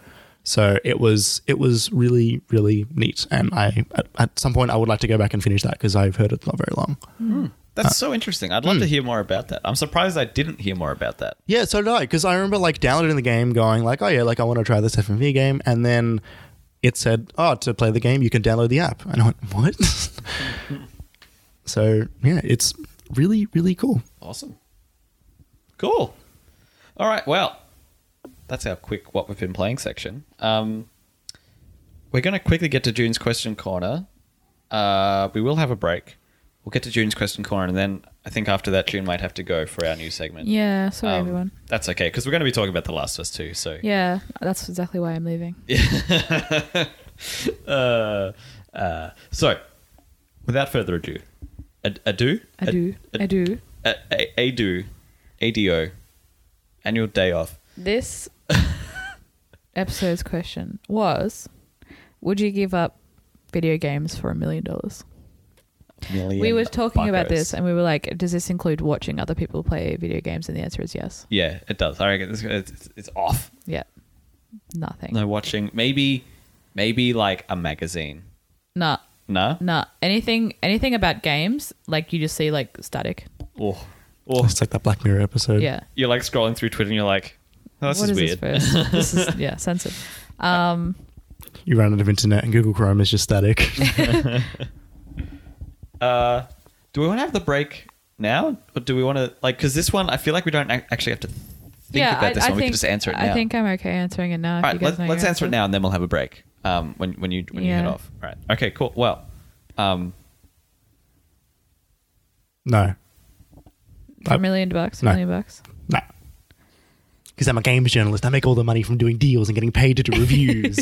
so it was it was really really neat and i at, at some point i would like to go back and finish that because i've heard it's not very long That's so interesting. I'd love to hear more about that. I'm surprised I didn't hear more about that. yeah so did i because i remember like downloading the game going like oh yeah like i want to try this fmv game and then it said oh to play the game you can download the app and i went what so yeah it's really really cool Awesome. Cool. All right. Well, that's our quick what we've been playing section. Um, we're going to quickly get to June's question corner. Uh, we will have a break. We'll get to June's question corner, and then I think after that, June might have to go for our new segment. Yeah, sorry Um, everyone. That's okay because we're going to be talking about The Last of Us too. So Yeah, that's exactly why I'm leaving. so without further ado, ad- ado, I do. I do. a- a- ado, ado, annual day off. This episode's question was Would you give up video games for a million dollars? Million We were talking about buckos. this and we were like, Does this include watching other people play video games? And the answer is yes. Yeah, it does. I reckon it's, it's, it's off. Yeah. Nothing. No watching. Maybe, maybe like a magazine. Nah. No. Nah. Anything anything about games, like you just see like static. Oh, oh. it's like that black mirror episode Yeah. You're like scrolling through Twitter and you're like, oh, this What is is weird. this first? this is yeah, censored. Um you run out of internet and google chrome is just static uh, do we want to have the break now, or do we want to like? Because this one, I feel like we don't ac- actually have to think yeah, about I, this I one. we think, can just answer it now. I think I'm okay answering it now. All if you right, let, guys know let's your answer it now, and then we'll have a break. Um, when when you when you head Yeah. off. All right. Okay. Cool. Well, um, no For a million bucks, a No. million bucks. No. Because I'm a games journalist. I make all the money from doing deals and getting paid to do reviews.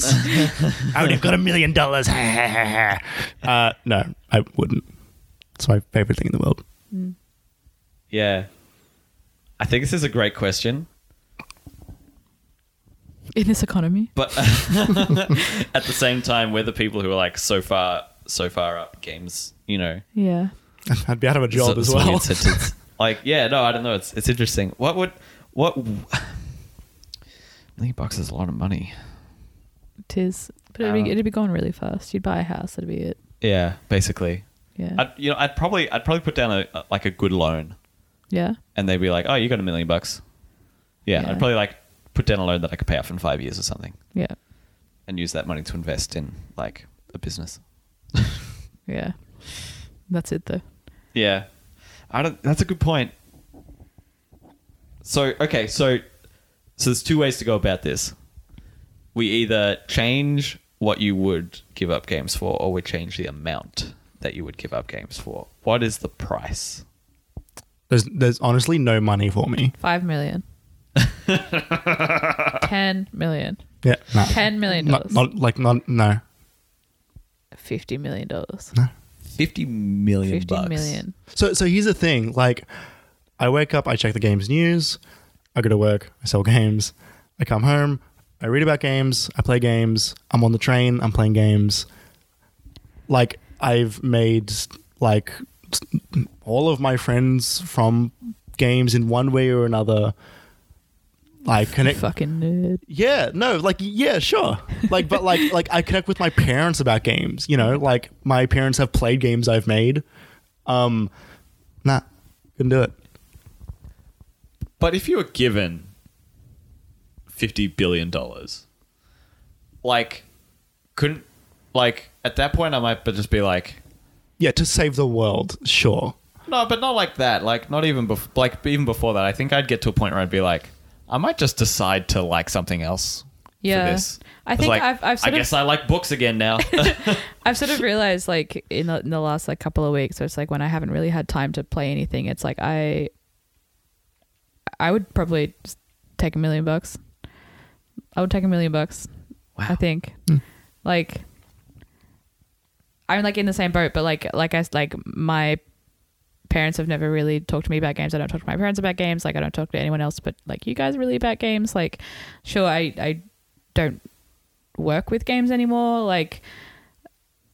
I would have got a million dollars. uh, no, I wouldn't. It's my favorite thing in the world. yeah. I think this is a great question. In this economy? but at the same time, we're the people who are like so far, so far up games. You know, Yeah. I'd be out of a job It's a- it's as a weird well. sentence. like, yeah, no, I don't know. It's it's interesting. What would what? Million bucks is a lot of money. It is. But it'd be, Um, it'd be going really fast. You'd buy a house, that'd be it. Yeah, basically. Yeah. I'd, you know, I'd probably I'd probably put down a, a- like a good loan, yeah. and they'd be like, "Oh, you got a million bucks." Yeah, Yeah. I'd probably like put down a loan that I could pay off in five years or something, Yeah. and use that money to invest in like a business. Yeah. That's it though. Yeah, I don't. That's a good point. So okay, so so there's two ways to go about this. We either change what you would give up games for, or we change the amount that you would give up games for. What is the price? There's, there's honestly no money for me. Five million. Ten million. Yeah, no. Ten million Not, dollars. not like not no. Fifty million dollars. Fifty million. Fifty bucks. million. So so here's the thing. Like, I wake up, I check the games news, I go to work, I sell games, I come home, I read about games, I play games, I'm on the train, I'm playing games. Like I've made like all of my friends from games in one way or another. Like connect Fucking nerd. yeah, no, like yeah, sure. Like but like like I connect with my parents about games, you know? Like my parents have played games I've made. Um nah, couldn't do it. But if you were given fifty billion dollars, like couldn't like at that point I might but just be like, Yeah, to save the world, sure. No, but not like that. Like not even bef- like even before that. I think I'd get to a point where I'd be like, I might just decide to like something else. Yeah. for this. I was think like, I've- I've sort I of- guess I like books again now. I've sort of realized like in the, in the last like couple of weeks, it's like when I haven't really had time to play anything, it's like I I would probably just take a million bucks. I would take a million bucks. I think like I'm like in the same boat, but like like I s- like my parents have never really talked to me about games. I don't talk to my parents about games. Like I don't talk to anyone else, but like you guys really about games. Like sure, I I don't work with games anymore. Like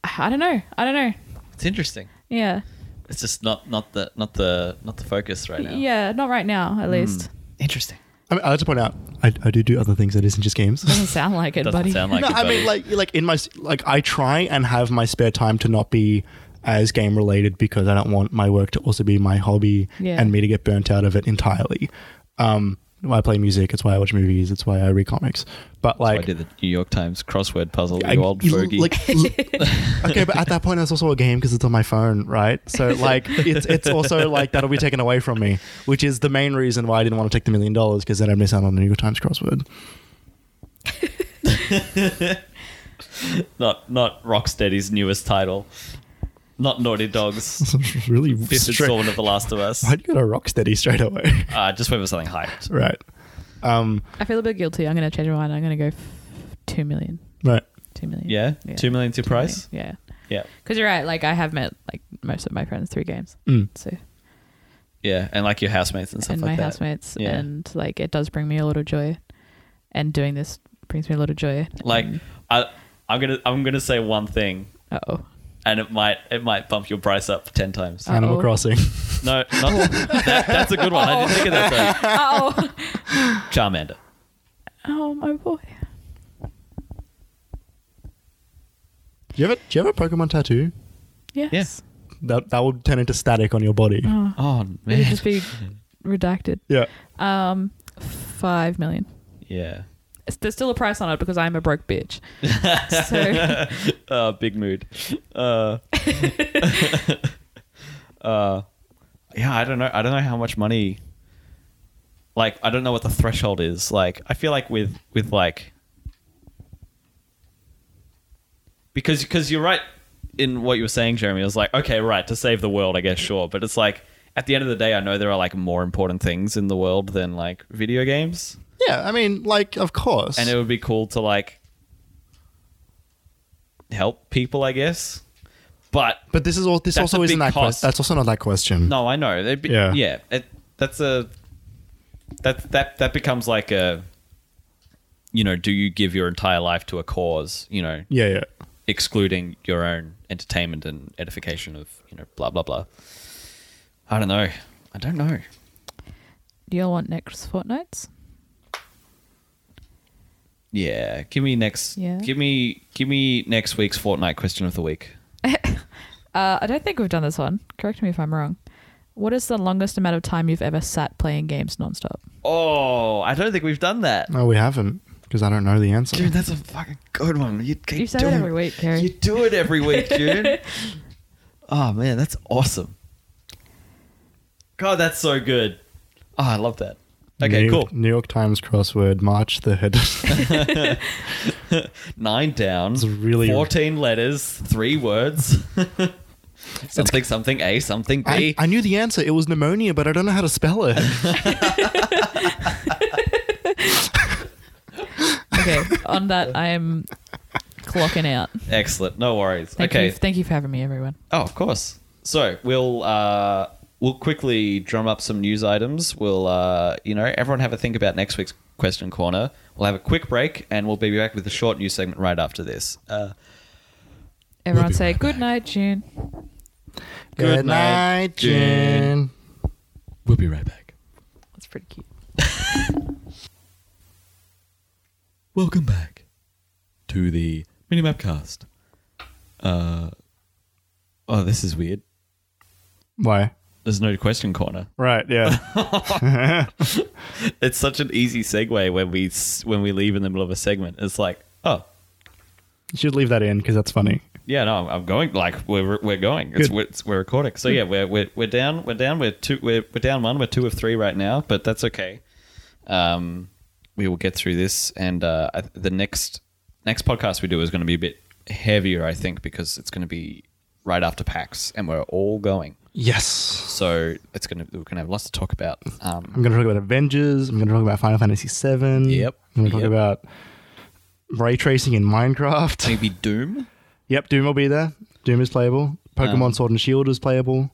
I don't know. I don't know. it's interesting. Yeah. It's just not not the not the not the focus right now. Yeah, not right now, Hmm. at least. Interesting. I mean, I like to point out, I, I do do other things that isn't just games. Doesn't sound like it, Doesn't buddy. sound like no, it, I buddy. mean, like, like in my s- like, I try and have my spare time to not be as game related because I don't want my work to also be my hobby Yeah. and me to get burnt out of it entirely. Um, why I play music, it's why I watch movies, it's why I read comics. But So like, I did the New York Times crossword puzzle. I- you old you- fogey. Like, okay, but at that point, it's also a game because it's on my phone, right? So like, it's it's also like that'll be taken away from me, which is the main reason why I didn't want to take the million dollars because then I'd miss out on the New York Times crossword. not not Rocksteady's newest title. Not Naughty Dog's It's really fifth straight- installment of The Last of Us. Why do you go to Rocksteady straight away? Uh, just went for something hyped. right. Um. I feel a bit guilty. I'm going to change my mind. I'm going to go f- 2 million. Right. 2 million. Yeah? Two million to Two million. price? Yeah. Yeah. Because you're right. Like, I have met like most of my friends through games. Mm. So, Yeah. And like your housemates and stuff and like my that. housemates. Yeah. And like, it does bring me a lot of joy. And doing this brings me a lot of joy. Like I I'm gonna I'm gonna say one thing Uh oh. and it might it might bump your price up ten times. Uh, Animal Uh-oh. Crossing. No, not, that, that's a good one. I didn't think of that. Though. oh. Charmander. Oh, my boy. Do you have a Do you have a Pokemon tattoo? Yes. That that will turn into static on your body. Oh. Oh It man. would just be redacted. Yeah. Um, 5 million. yeah. it's- there's still a price on it because I'm a broke bitch. so Uh, big mood. Uh, uh, yeah, I don't know. I don't know how much money. Like, I don't know what the threshold is. Like, I feel like with with like because because you're right in what you were saying, Jeremy. It was like, okay, right, to save the world, I guess, sure. But it's like at the end of the day, I know there are like more important things in the world than like video games. Yeah. I mean, like, of course. and it would be cool to like help people, I guess. But but this is all. This That's also a isn't big that. cost. Quest- that's also not that question. no, I know. They'd Be, Yeah. yeah, It, that's a that that that becomes like a you know, do you give your entire life to a cause? You know, Yeah. Yeah. excluding your own entertainment and edification of you know, blah blah blah. I don't know. I don't know. do you all want next fortnights? Yeah, give me next. Yeah. Give me give me next week's Fortnite question of the week. Uh, I don't think we've done this one. Correct me if I'm wrong. What is the longest amount of time you've ever sat playing games nonstop? Oh, I don't think we've done that. No, we haven't because I don't know the answer. Dude, that's a fucking good one. You keep You say doing it every week, Carrie. You do it every week, dude. oh man, that's awesome. God, that's so good. Oh, I love that. Okay, New cool. York, New York Times crossword, March third. Nine down. It's really- fourteen letters, three words. something, something, a something, I, b. I knew the answer. It was pneumonia, but I don't know how to spell it. Okay. On that, I am clocking out. Excellent. No worries. Thank okay. you. Thank you for having me, everyone. Oh, of course. So we'll uh, we'll quickly drum up some news items. We'll uh, you know everyone have a think about next week's question corner. We'll have a quick break and we'll be back with a short news segment right after this. Uh, Everyone say good night, June. Good night, June. We'll be right back. That's pretty cute. Welcome back to the Minimapcast. Uh, oh, this is weird. Why? there's no question corner. Right. Yeah. It's such an easy segue when we s- when we leave in the middle of a segment. It's like oh. you should leave that in because that's funny. Yeah, no, I'm- I'm going. Like we're we're going. It's, Good. we're, it's, we're recording. So yeah, we're, we're we're down. We're down. We're two. We're, we're down one. We're two of three right now, but that's okay. Um, we will get through this, and uh, I- the next next podcast we do is going to be a bit heavier, I think, because it's going to be right after PAX, and we're all going. Yes. So it's going to we're going to have lots to talk about. Um, I'm going to talk about Avengers. I'm going to talk about Final Fantasy VII. Yep. I'm going to talk Yep. about ray tracing in Minecraft. maybe Doom, yep, Doom will be there. Doom is playable. Pokemon Uh-huh. Sword and Shield is playable.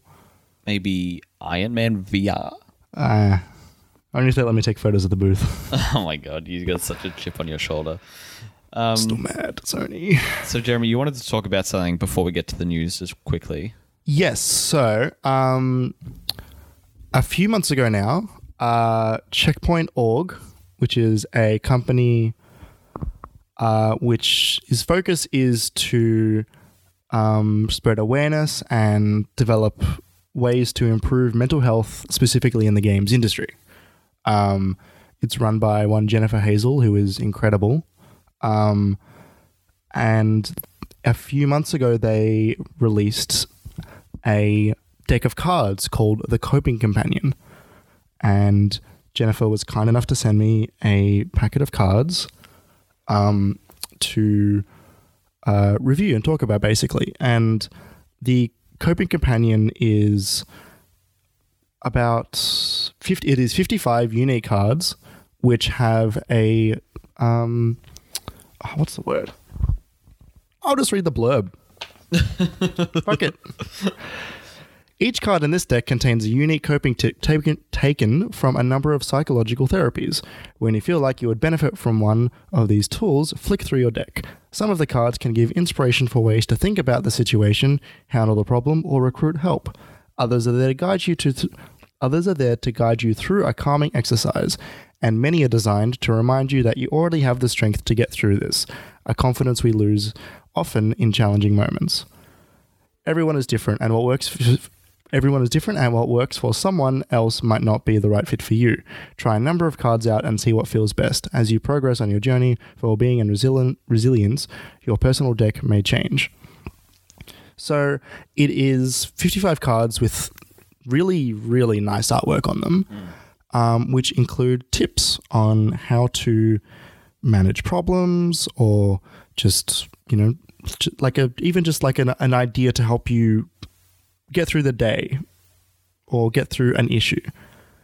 maybe Iron Man VR. Uh, only if they let me take photos of the booth. Oh my god, you got such a chip on your shoulder. Um, Still mad, Sony. So Jeremy, you wanted to talk about something before we get to the news, just quickly. Yes. So, um, a few months ago now, uh, Checkpoint Org, which is a company uh, which its focus is to um, spread awareness and develop ways to improve mental health, specifically in the games industry. Um, it's run by one Jennifer Hazel, who is incredible. Um, and a few months ago, they released a deck of cards called the Coping Companion. And Jennifer was kind enough to send me a packet of cards um, to uh, review and talk about, basically. And the Coping Companion is about 50, it is 55 unique cards which have a um, oh, what's the word i'll just read the blurb fuck it each card in this deck contains a unique coping tip taken, taken from a number of psychological therapies. When you feel like you would benefit from one of these tools, flick through your deck. Some of the cards can give inspiration for ways to think about the situation, handle the problem, or recruit help. Others are there to guide you to th- others are there to guide you through a calming exercise, and many are designed to remind you that you already have the strength to get through this, a confidence we lose often in challenging moments everyone is different and what works for everyone is different and what works for someone else might not be the right fit for you try a number of cards out and see what feels best as you progress on your journey for well-being and resilient resilience your personal deck may change so it is 55 cards with really really nice artwork on them um, which include tips on how to manage problems or just you know j- like a even just like an, an idea to help you get through the day or get through an issue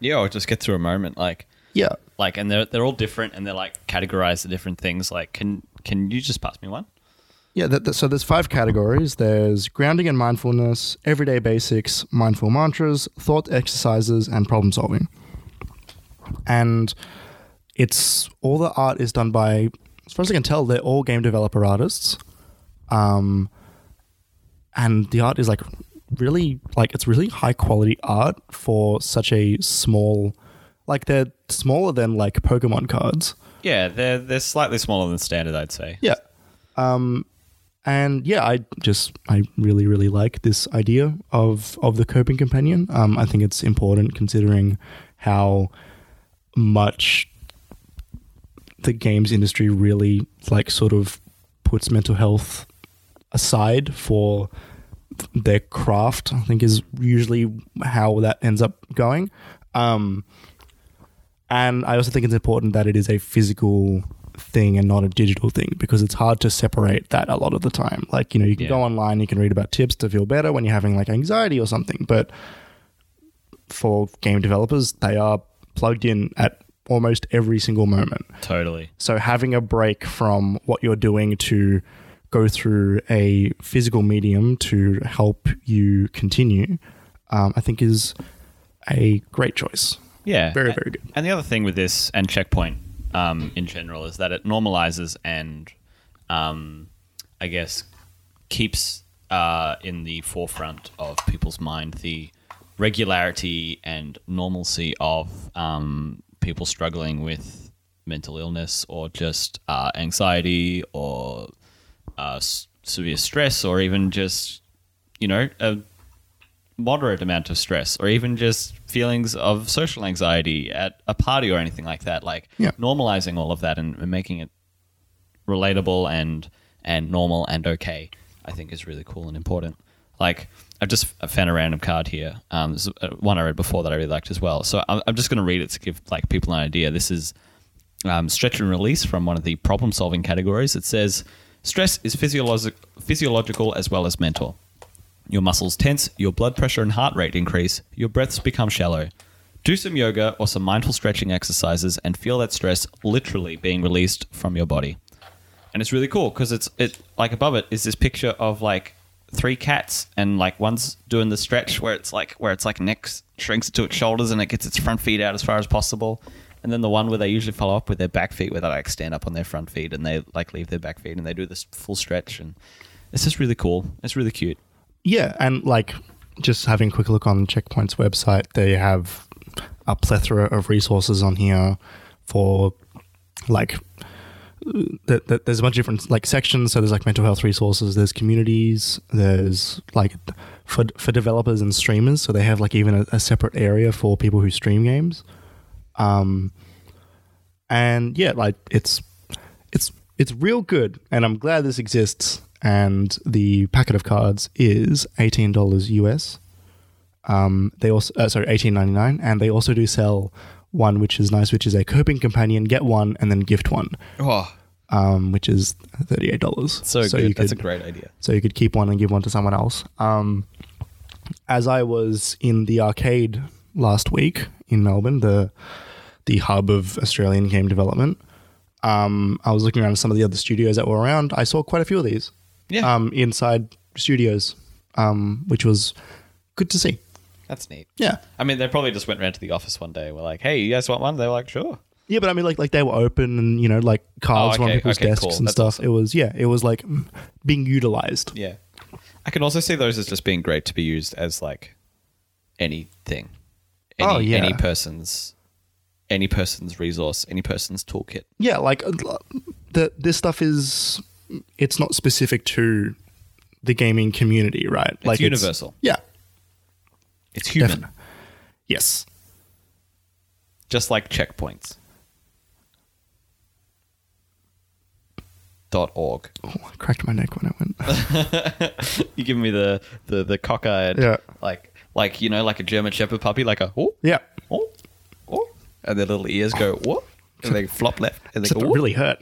Yeah, or just get through a moment like yeah like and they're they're all different and they're like categorized to different things. Like can can you just pass me one? Yeah, that, that- so there's five categories. There's grounding and mindfulness, everyday basics, mindful mantras, thought exercises, and problem solving. And it's all the art is done by, as far as I can tell, they're all game developer artists. Um, and the art is like really like it's really high quality art for such a small, like they're smaller than like Pokemon cards. Yeah, they're they're slightly smaller than standard, I'd say. Yeah. Um, and yeah, I just I really really like this idea of of the coping companion. Um, I think it's important considering how much the games industry really like sort of puts mental health aside for their craft. I think is usually how that ends up going. Um, and I also think it's important that it is a physical thing and not a digital thing because it's hard to separate that a lot of the time. Like, you know, you can Yeah. go online, you can read about tips to feel better when you're having like anxiety or something. But for game developers, they are plugged in at almost every single moment. Totally. So having a break from what you're doing to go through a physical medium to help you continue, um, I think is a great choice. Yeah. Very, a- very good. And the other thing with this and checkpoint um, in general is that it normalizes and um, I guess keeps uh, in the forefront of people's mind the regularity and normalcy of um, people struggling with mental illness or just uh, anxiety or uh, s- severe stress or even just you know a moderate amount of stress or even just feelings of social anxiety at a party or anything like that like Yeah. normalizing all of that and, and making it relatable and and normal and okay i think is really cool and important like i've just found a random card here um, there's uh, one i read before that i really liked as well so i'm, I'm just going to read it to give like people an idea this is um, stretch and release from one of the problem solving categories. It says stress is physiologic, physiological as well as mental. Your muscles tense, your blood pressure and heart rate increase, your breaths become shallow. Do some yoga or some mindful stretching exercises and feel that stress literally being released from your body. And it's really cool because it's it like above it is this picture of like three cats and like one's doing the stretch where it's like where it's like neck shrinks to its shoulders and it gets its front feet out as far as possible. And then the one where they usually follow up with their back feet where they like stand up on their front feet and they like leave their back feet and they do this full stretch and it's just really cool. It's really cute. Yeah, and like just having a quick look on Checkpoint's website, they have a plethora of resources on here for like th- th- there's a bunch of different like sections. So there's like mental health resources, there's communities, there's like for for developers and streamers. So they have like even a, a separate area for people who stream games. Um, and yeah, like it's it's it's real good, and I'm glad this exists. And the packet of cards is eighteen dollars US. Um, they also uh, sorry eighteen ninety nine, and they also do sell one which is nice, which is a coping companion. Get one and then gift one, Oh, um, which is thirty eight dollars. so, good. That's a great idea. So you could keep one and give one to someone else. Um, as I was in the arcade last week in Melbourne, the the hub of Australian game development, um, I was looking around some of the other studios that were around. I saw quite a few of these Yeah. um, inside studios, um, which was good to see. That's neat. Yeah. I mean, they probably just went round to the office one day. and We're like, "Hey, you guys want one?" They were like, "Sure." Yeah, but I mean, like, like they were open, and you know, like cards were on Oh, okay, people's okay, desks cool. and That's stuff. It was, yeah, it was like mm, being utilized. Yeah, I can also see those as just being great to be used as like anything, any, Oh, yeah. any person's, any person's resource, any person's toolkit. yeah, like uh, the this stuff is it's not specific to the gaming community, right? It's like universal. yeah, It's human, definitely. Yes. just like checkpoints. dot org. Oh, I cracked my neck when I went. You give me the the the cockeyed, Yeah. like like you know, like a German Shepherd puppy, like a oh yeah. oh, oh, and their little ears go what, and they flop left, and they Except go it "Whoop." really hurt.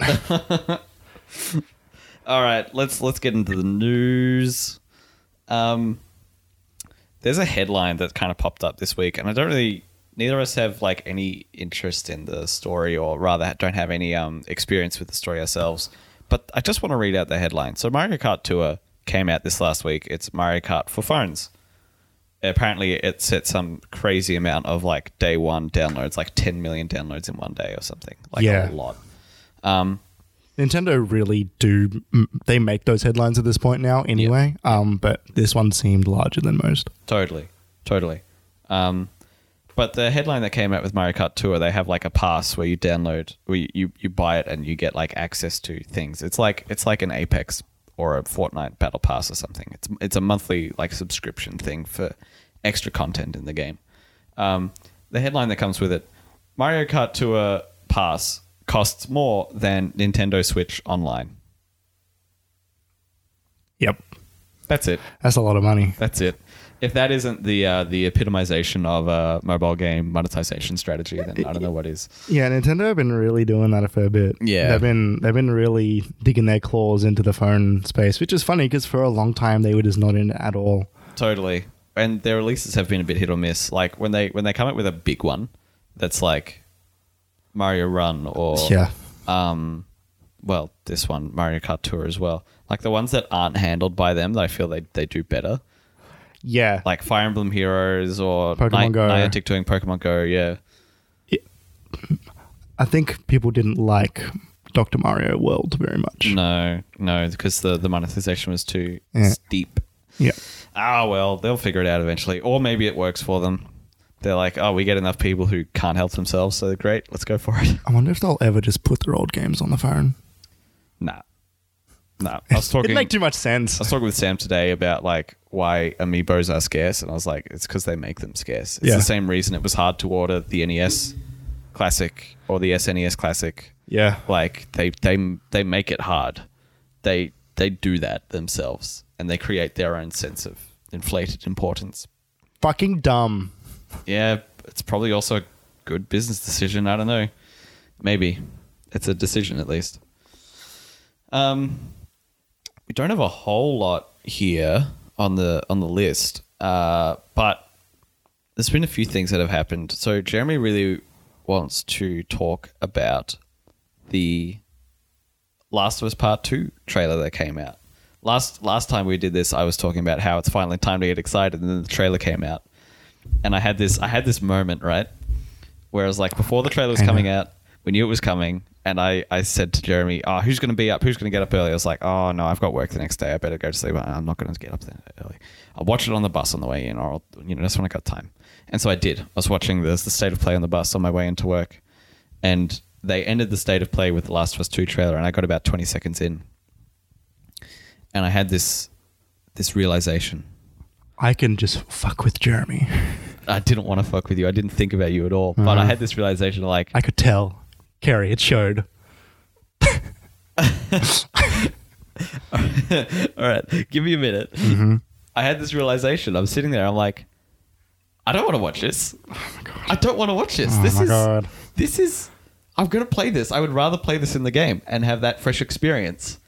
All right, let's let's get into the news. Um, there's a headline that kind of popped up this week, and I don't really. Neither of us have like any interest in the story, or rather, don't have any um, experience with the story ourselves. But I just want to read out the headline. So Mario Kart Tour came out this last week. It's Mario Kart for phones. Apparently, it set some crazy amount of like day one downloads, like 10 million downloads in one day or something, like Yeah. a lot. Nintendo really do. mm, They make those headlines at this point now, anyway. Um, but this one seemed larger than most. Totally, totally. Um, but the headline that came out with Mario Kart Tour, they have like a pass where you download, where you, you, you buy it and you get like access to things. It's like it's like an Apex or a Fortnite Battle Pass or something. It's it's a monthly like subscription thing for extra content in the game. Um, the headline that comes with it: Mario Kart Tour Pass costs more than Nintendo Switch Online. Yep, That's it. that's a lot of money. That's it. If that isn't the uh, the epitomization of a mobile game monetization strategy, then I don't know what is. Yeah, Nintendo have been really doing that a fair bit. Yeah. they've been they've been really digging their claws into the phone space, which is funny because for a long time they were just not in it at all. Totally. And their releases have been a bit hit or miss. Like when they when they come up with a big one, that's like Mario Run or Yeah, um, well, this one Mario Kart Tour as well. Like the ones that aren't handled by them, that I feel they they do better. yeah. Like Fire Emblem Heroes or Pokemon Ni- Go. Niantic doing Pokemon Go. Yeah, I think people didn't like Doctor Mario World very much. no, no, because the the monetization was too Yeah. steep. Yeah, ah, well, they'll figure it out eventually. Or maybe it works for them. They're like, oh, we get enough people who can't help themselves, so great, let's go for it. I wonder if they'll ever just put their old games on the phone. nah. Nah. I was talking It'd make I too much sense. was talking with Sam today about like why amiibos are scarce, and I was like, it's because they make them scarce. It's Yeah. the same reason it was hard to order the NES classic or the SNES classic. Yeah, Like they they they make it hard. They they do that themselves and they create their own sense of inflated importance. fucking dumb. Yeah, it's probably also a good business decision. I don't know. Maybe. It's a decision at least. Um, we don't have a whole lot here on the on the list, uh, but there's been a few things that have happened. So Jeremy really wants to talk about the Last of Us Part Two trailer that came out. Last last time we did this, I was talking about how it's finally time to get excited, and then the trailer came out, and I had this I had this moment right, where I was like, before the trailer was I know. coming out, we knew it was coming, and I I said to Jeremy, oh, who's going to be up? Who's going to get up early? I was like, oh no, I've got work the next day. I better go to sleep. I'm not going to get up that early. I'll watch it on the bus on the way in, or I'll, you know, that's when I got time. And so I did. I was watching this the state of play on the bus on my way into work and they ended the state of play with the Last of Us Two trailer, and I got about twenty seconds in, and I had this this realization. I can just fuck with Jeremy. I didn't want to fuck with you. I didn't think about you at all, but I had this realization like Uh-huh. I could tell. Carrie, it showed. all right, give me a minute. Mm-hmm. I had this realization. I'm sitting there. I'm like, I don't want to watch this. I don't want to watch this. Oh this my is God. this is. I'm gonna play this. I would rather play this in the game and have that fresh experience.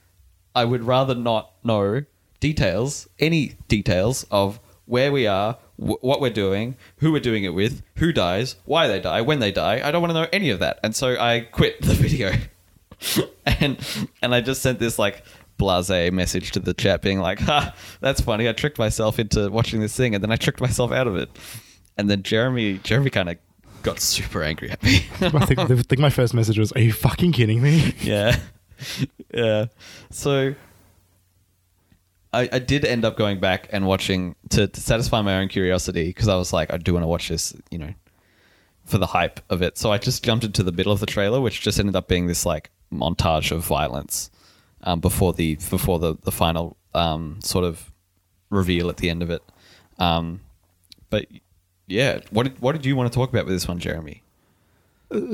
I would rather not know details, any details of where we are, wh- what we're doing, who we're doing it with, who dies, why they die, when they die. I don't want to know any of that, and so I quit the video. and and I just sent this like blase message to the chat being like, ha, that's funny. I tricked myself into watching this thing and then I tricked myself out of it. And then Jeremy Jeremy kind of got super angry at me. I think, I think my first message was, "Are you fucking kidding me?" yeah. Yeah. So I, I did end up going back and watching to, to satisfy my own curiosity because I was like, I do want to watch this, you know, for the hype of it. So I just jumped into the middle of the trailer, which just ended up being this like montage of violence um, before the before the the final um, sort of reveal at the end of it. Um, but yeah, what did, what did you want to talk about with this one, Jeremy?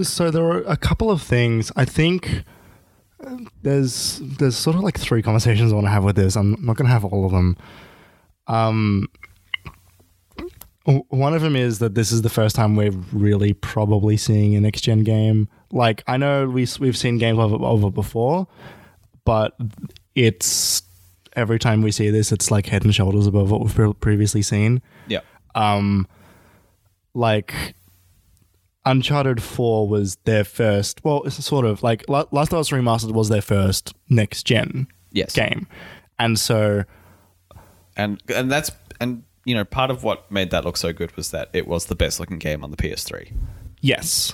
So there were a couple of things. I think uh, there's there's sort of like three conversations I want to have with this. I'm not going to have all of them. Um, w- one of them is that this is the first time we're really probably seeing a next gen game. Like I know we s- we've seen games of it, of it before, but it's every time we see this, it's like head and shoulders above what we've pre- previously seen Yeah. um like Uncharted 4 was their first, well, it's sort of like La- Last of Us Remastered was their first next gen Yes. game. And so, and and that's and you know part of what made that look so good was that it was the best looking game on the PS3 yes.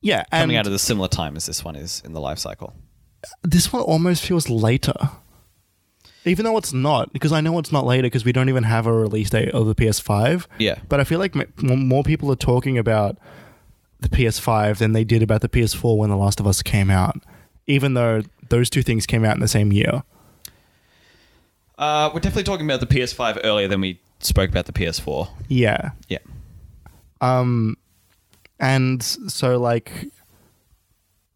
Yeah. And coming out at a similar time as this one is in the life cycle. this one almost feels later. Even though it's not, because I know it's not later because we don't even have a release date of the PS5. Yeah. But I feel like m- more people are talking about the PS5 than they did about the PS4 when The Last of Us came out, even though those two things came out in the same year. Uh, we're definitely talking about the PS5 earlier than we spoke about the PS4. Yeah. Yeah, Um, and so like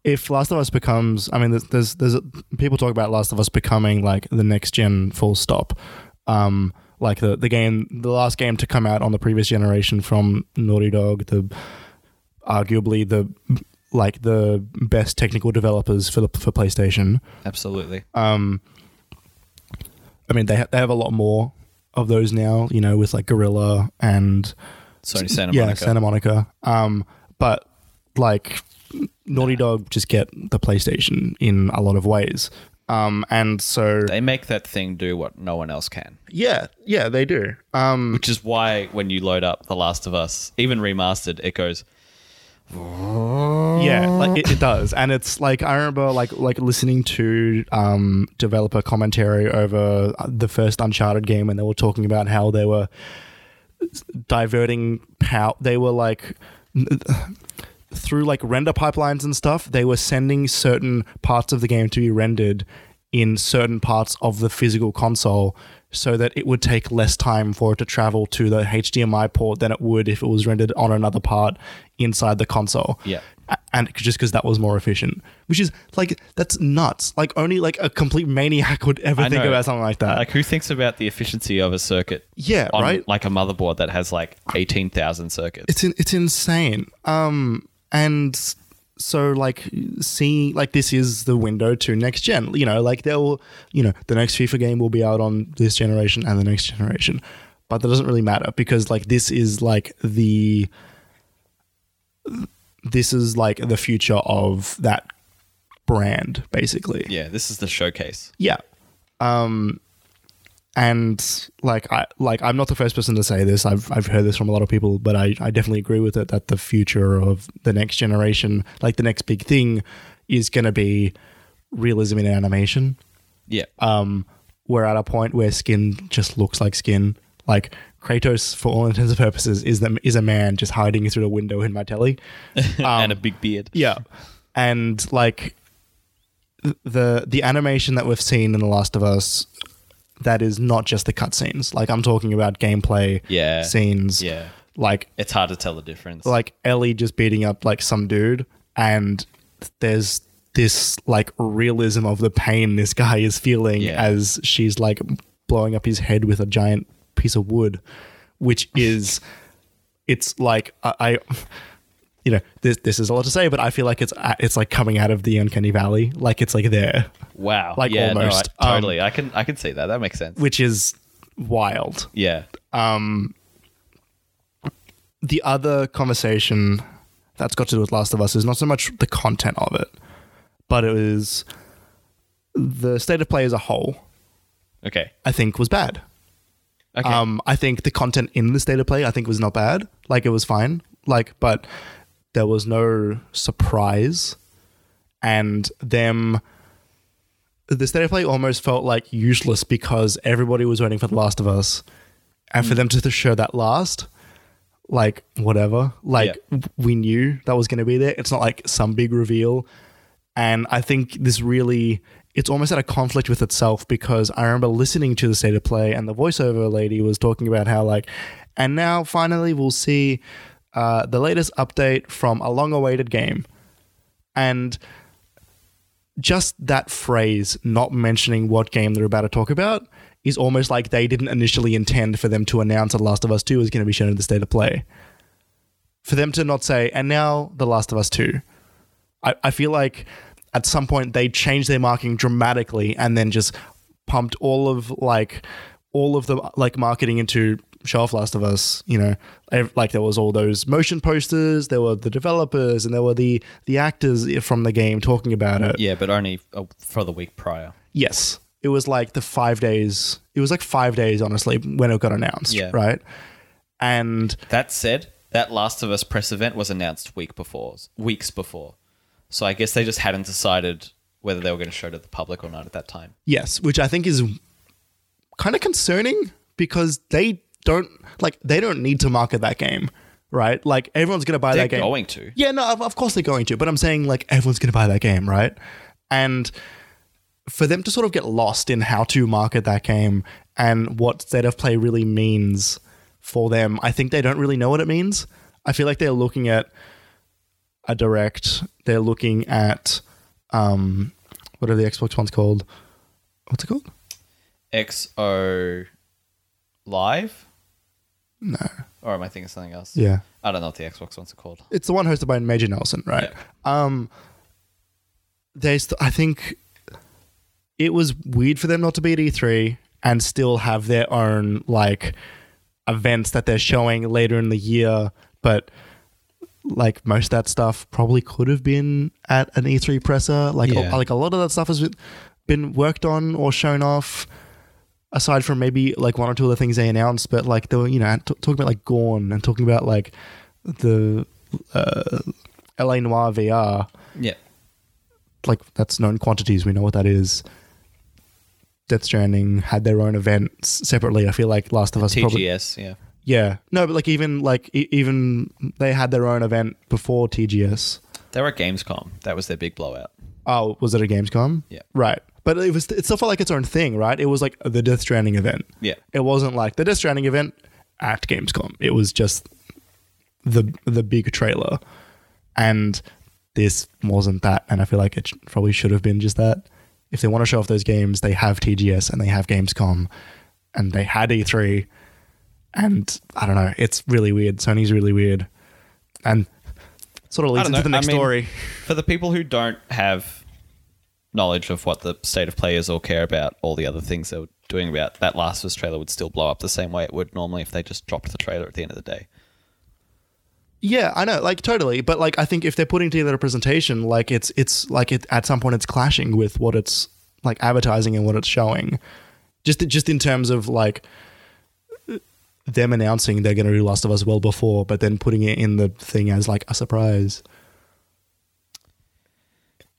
if last of us becomes i mean there's there's, there's people talk about last of us becoming like the next gen full stop um like the the game the last game to come out on the previous generation from naughty dog the arguably the like the best technical developers for the for playstation Um, absolutely. i mean they, ha- they have a lot more of those now you know with like gorilla and Sony Santa yeah, Monica. Santa Monica. Um, but like Naughty Dog just get the PlayStation in a lot of ways. Um, and so they make that thing do what no one else can, yeah, yeah, they do. Um, which is why when you load up The Last of Us, even remastered, it goes. yeah, like it, it does. And it's like I remember like like listening to um developer commentary over the first Uncharted game, and they were talking about how they were diverting power. They were like through like render pipelines and stuff, they were sending certain parts of the game to be rendered in certain parts of the physical console so that it would take less time for it to travel to the HDMI port than it would if it was rendered on another part inside the console. Yeah. A- And c- just because that was more efficient, which is like, that's nuts. Like, only like a complete maniac would ever I think know. about something like that. Like, who thinks about the efficiency of a circuit? Yeah, on, right? Like a motherboard that has like eighteen thousand circuits. it's in, it's insane. Um, and so like seeing like this is the window to next gen you know like there will you know the next fifa game will be out on this generation and the next generation but that doesn't really matter because like this is like the this is like the future of that brand basically Yeah, this is the showcase. yeah. Um and like I like I'm not the first person to say this. I've I've heard this from a lot of people, but I, I definitely agree with it that the future of the next generation, like the next big thing, is gonna be realism in animation. Yeah. Um we're at a point where skin just looks like skin. Like Kratos, for all intents and purposes, is the, is a man just hiding through the window in my telly. and Um, a big beard. Yeah, and like th- the the animation that we've seen in The Last of Us, that is not just the cutscenes. Like I'm talking about gameplay Yeah. scenes. Yeah. like It's hard to tell the difference. like Ellie just beating up like some dude, and there's this like realism of the pain this guy is feeling Yeah. as she's like blowing up his head with a giant piece of wood, which is it's like I. I you know, this this is a lot to say, but I feel like it's uh, it's like coming out of the uncanny valley, like it's like there, wow. like yeah, no, I- almost, um, totally. I can I can see that. That makes sense. which is wild. yeah. Um, the other conversation that's got to do with Last of Us is not so much the content of it, but it was the state of play as a whole. Okay. I think was bad. Okay. Um, I think the content in the state of play I think was not bad. Like it was fine. Like, but there was no surprise, and them. The state of play almost felt like useless because everybody was waiting for The Last of Us, and for them to show that last, like whatever, like we knew that was going to be there. It's not like some big reveal, and I think this really it's almost at a conflict with itself because I remember listening to the state of play and the voiceover lady was talking about how like and now finally we'll see uh, the latest update from a long awaited game and just that phrase not mentioning what game they're about to talk about is almost like they didn't initially intend for them to announce that Last of Us 2 is going to be shown in the state of play. For them to not say, and now The Last of Us 2. I, I feel like at some point they changed their marketing dramatically and then just pumped all of like all of the like marketing into show off Last of Us. You know, Ev- like there was all those motion posters, there were the developers, and there were the the actors from the game talking about it. yeah, but only uh, for the week prior. Yes. It was like the five days. It was like five days, honestly, when it got announced. Yeah. Right. And That said, that Last of Us press event was announced week before, weeks before. So I guess they just hadn't decided whether they were going to show to the public or not at that time. yes, which I think is kind of concerning because they don't like they don't need to market that game, right? Like everyone's gonna buy They're that game. going to. Yeah, no, of, of course they're going to, but I'm saying like everyone's going to buy that game, right? And for them to sort of get lost in how to market that game and what state of play really means for them, I think they don't really know what it means. I feel like they're looking at a direct, they're looking at um, what are the Xbox ones called? What's it called? XO Live? No, Or am I thinking something else? yeah, I don't know what the Xbox ones are called. it's the one hosted by Major Nelson, right? Yeah. um there's I think it was weird for them not to be at E3 and still have their own like events that they're showing later in the year, but like most of that stuff probably could have been at an E3 presser. Like Yeah. like a lot of that stuff has been- been worked on or shown off. Aside from maybe like one or two other things they announced, but like they were you know t- talking about like Gorn and talking about like the uh, LA Noir VR Yeah. like that's known quantities. We know what that is. Death Stranding had their own events separately. I feel like Last of Us probably TGS, yeah. yeah no, but like even like e- even they had their own event before TGS. They were at Gamescom. That was their big blowout. Oh, was it a Gamescom? Yeah. right. But it was it still felt like its own thing, right? It was like the Death Stranding event. Yeah. It wasn't like the Death Stranding event at Gamescom. It was just the the big trailer, and this wasn't that. And I feel like it sh- probably should have been just that. If they want to show off those games, they have TGS and they have Gamescom, and they had E E3, and I don't know. It's really weird. Sony's really weird, and Sort of I leads don't into know. the next I mean, story. For the people who don't have knowledge of what the state of play is or care about all the other things they were doing about, that Last of Us trailer would still blow up the same way it would normally if they just dropped the trailer at the end of the day. Yeah, I know, like totally. But like, I think if they're putting together a presentation, like it's it's like it at some point it's clashing with what it's like advertising and what it's showing. Just just in terms of like them announcing they're going to do Last of Us well before, but then putting it in the thing as like a surprise.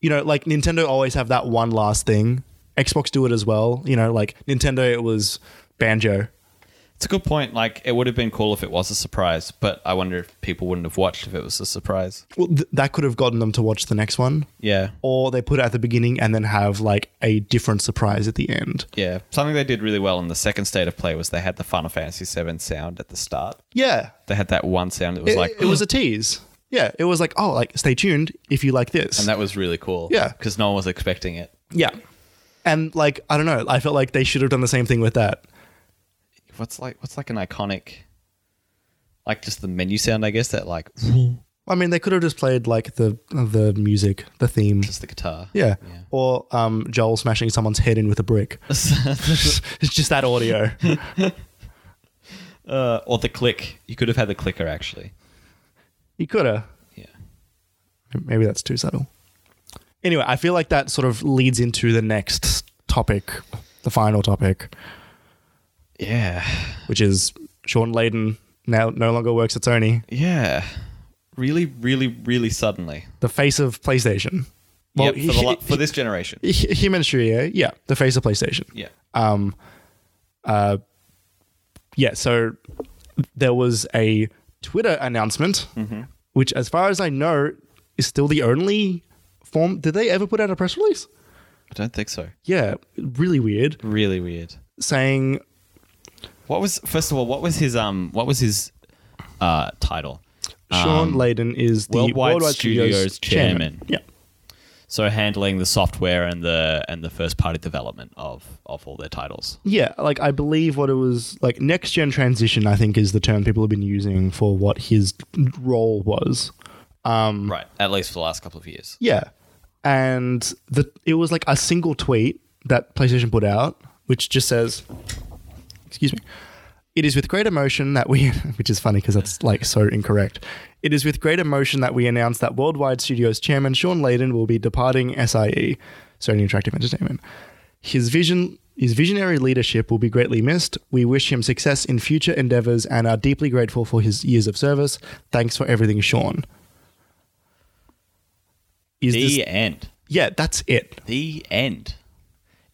You know, like Nintendo always have that one last thing. Xbox do it as well. You know, like Nintendo, it was Banjo. It's a good point. Like, it would have been cool if it was a surprise, but I wonder if people wouldn't have watched if it was a surprise. Well, th- that could have gotten them to watch the next one. Yeah. or they put it at the beginning and then have like a different surprise at the end. Yeah. Something they did really well in the second state of play was they had the Final Fantasy VII sound at the start. Yeah, They had that one sound that was it, like, it was a tease. Yeah, it was like oh, like stay tuned if you like this. and that was really cool. Yeah. Because no one was expecting it. yeah, and like I don't know, I felt like they should have done the same thing with that. what's like what's like an iconic like just the menu sound i guess that like I mean, they could have just played like the the music, the theme. just the guitar Yeah. or um, Joel smashing someone's head in with a brick. it's just that audio. uh, or the click you could have had the clicker actually You could have. yeah Maybe that's too subtle. Anyway, I feel like that sort of leads into the next topic, the final topic. yeah which is Sean Layden now no longer works at Sony, yeah really really really suddenly the face of PlayStation. well, he- for, the, la- for this generation he- he- him and Shirio, yeah, the face of PlayStation. yeah Um, uh, yeah. So there was a Twitter announcement, Mm-hmm. which, as far as I know, is still the only form. Did they ever put out a press release? i don't think so Yeah, really weird. really weird Saying what was first of all what was his um what was his uh title Sean Layden is the Um, Worldwide Worldwide, Studios Studios, chairman. Yeah. so handling the software and the and the first party development of of all their titles Yeah, like I believe what it was like next gen transition. I think is the term people have been using for what his role was. right at least for the last couple of years Yeah, and the it was like a single tweet that PlayStation put out, which just says, "Excuse me." It is with great emotion that we, which is funny because that's like so incorrect. It is with great emotion that we announce that Worldwide Studios chairman Sean Layden will be departing SIE, Sony Interactive Entertainment. His vision, his visionary leadership will be greatly missed. We wish him success in future endeavors and are deeply grateful for his years of service. Thanks for everything, Sean. Is the this, end yeah, that's it. the end.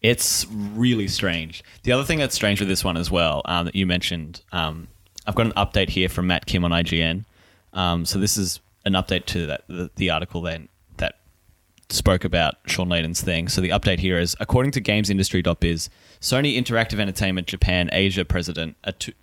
It's really strange. The other thing that's strange with this one as well um, that you mentioned, um, I've got an update here from Matt Kim on IGN. Um, so this is an update to that the, the article then that spoke about Sean Layden's thing. So the update here is according to GamesIndustry.biz, Sony Interactive Entertainment Japan Asia president Atu-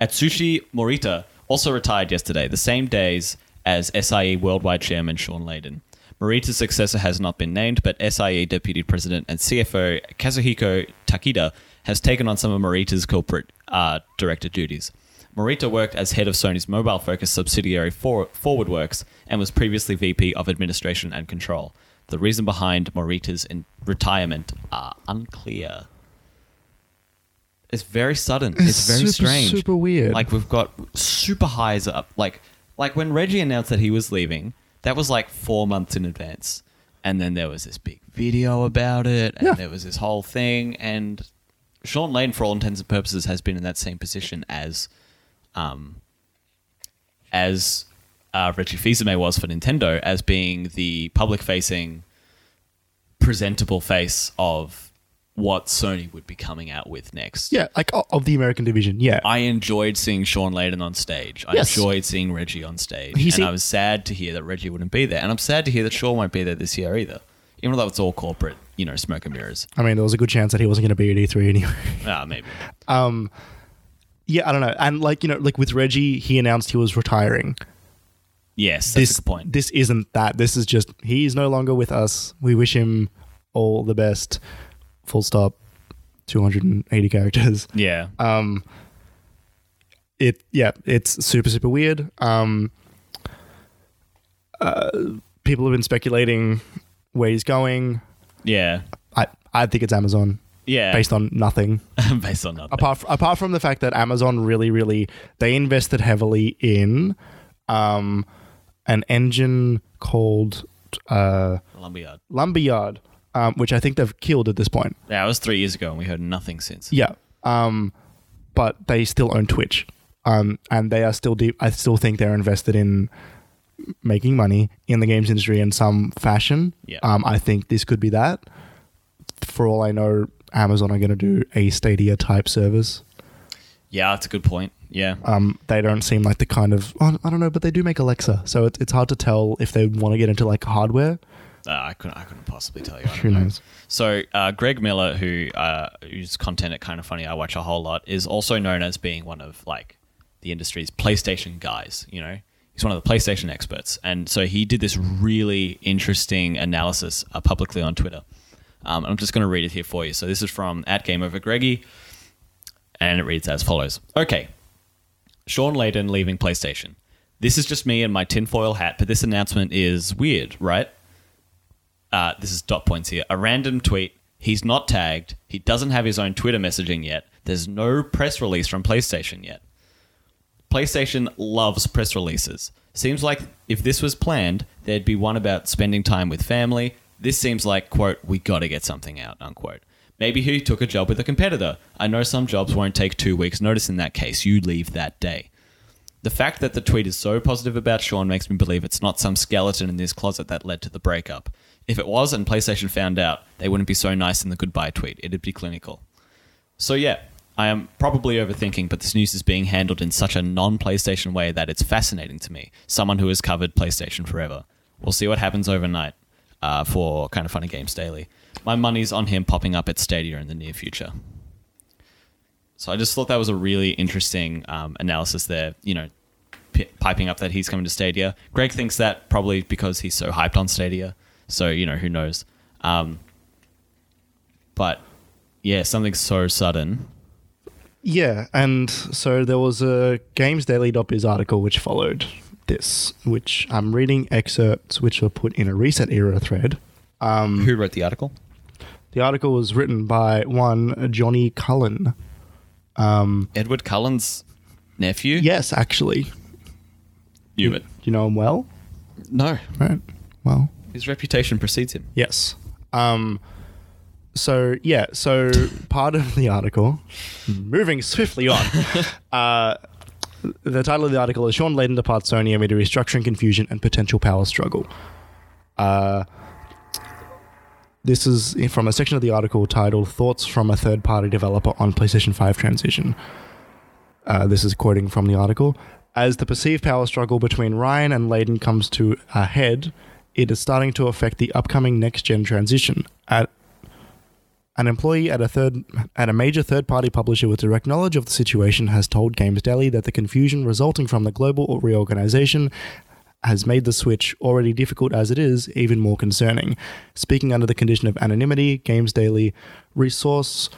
Atsushi Morita also retired yesterday, the same days as SIE Worldwide Chairman Sean Layden. Morita's successor has not been named, but SIE Deputy President and CFO Kazuhiko Takeda has taken on some of Morita's corporate uh, director duties. Morita worked as head of Sony's mobile focused subsidiary For- ForwardWorks and was previously VP of Administration and Control. The reason behind Morita's in- retirement are unclear. It's very sudden. It's, It's very super, strange. super weird. Like we've got super highs up. Like like when Reggie announced that he was leaving, that was like four months in advance. And then there was this big video about it, and Yeah. there was this whole thing. And Sean Lane, for all intents and purposes, has been in that same position as, um, as uh, Reggie Fils-Aimé was for Nintendo, as being the public-facing, presentable face of what Sony would be coming out with next. Yeah, like o- of the American division. Yeah, I enjoyed seeing Sean Layden on stage. I Yes. enjoyed seeing Reggie on stage. He and seem- I was sad to hear that Reggie wouldn't be there. And I'm sad to hear that Sean won't be there this year either. Even though it's all corporate, you know, smoke and mirrors. I mean, there was a good chance that he wasn't going to be at E3 anyway. Ah, maybe. Um, yeah, I don't know. And like you know, like with Reggie, he announced he was retiring. Yes, that's This a good point. This isn't that. This is just he's no longer with us. We wish him all the best. Full stop. Two hundred and eighty characters. yeah. Uh, It yeah, it's super super weird. Um, people have been speculating where he's going. Yeah. I I think it's Amazon Yeah. based on nothing. based on nothing. apart apart from the fact that Amazon really really they invested heavily in um an engine called uh Lumberyard. Lumberyard um which I think they've killed at this point. Yeah, it was three years ago, and we heard nothing since. Yeah. Um but they still own Twitch. Um and they are still deep I still think they're invested in making money in the games industry in some fashion. Yeah. Um I think this could be that. For all I know Amazon are going to do a Stadia type service. Yeah, that's a good point. Yeah. um, they don't seem like the kind of oh, I don't know, but they do make Alexa, so it's it's hard to tell if they want to get into like hardware. Uh, I couldn't. I couldn't possibly tell you. I Who don't know. knows? So uh, Greg Miller, who uh, whose content at kind of funny I watch a whole lot, is also known as being one of like the industry's PlayStation guys. You know, he's one of the PlayStation experts, and so he did this really interesting analysis uh, publicly on Twitter. Um, I'm just going to read it here for you. So this is from at Game Over Greggy, and it reads as follows: Okay, Sean Layden leaving PlayStation. This is just me in my tinfoil hat, but this announcement is weird, right? uh, this is dot points here. A random tweet. He's not tagged. He doesn't have his own Twitter messaging yet. There's no press release from PlayStation yet. PlayStation loves press releases. Seems like if this was planned, there'd be one about spending time with family. This seems like, quote, we gotta get something out, unquote. Maybe he took a job with a competitor. I know some jobs won't take two weeks' notice in that case. You leave that day. The fact that the tweet is so positive about Sean makes me believe it's not some skeleton in his closet that led to the breakup. If it was and PlayStation found out, they wouldn't be so nice in the goodbye tweet. It'd be clinical. So, yeah, I am probably overthinking, but this news is being handled in such a non PlayStation way that it's fascinating to me. Someone who has covered PlayStation forever. We'll see what happens overnight uh, for kind of funny games daily. My money's on him popping up at Stadia in the near future. So I just thought that was a really interesting um, analysis there. You know, p- piping up that he's coming to Stadia. Greg thinks that probably because he's so hyped on Stadia. So you know, who knows? Um, but yeah, something so sudden. Yeah, and so there was a GamesDaily.biz article which followed this, which I'm reading excerpts which were put in a recent era thread. who wrote the article? The article was written by one Johnny Cullen. Um, Edward Cullen's nephew. Yes, actually, Hubert. you know him well, No, right? Well, his reputation precedes him. Yes. Um, so yeah, so part of the article, moving swiftly on. uh, the title of the article is Sean Layden departs Sony amid a restructuring confusion and potential power struggle. Uh, this is from a section of the article titled "Thoughts from a Third-Party Developer on PlayStation 5 Transition." Uh, this is quoting from the article. As the perceived power struggle between Ryan and Layden comes to a head, it is starting to affect the upcoming next gen transition. At an employee at a third at a major third party publisher with direct knowledge of the situation has told Games Daily that the confusion resulting from the global reorganization has made the switch, already difficult as it is, even more concerning. Speaking under the condition of anonymity, Games Daily resource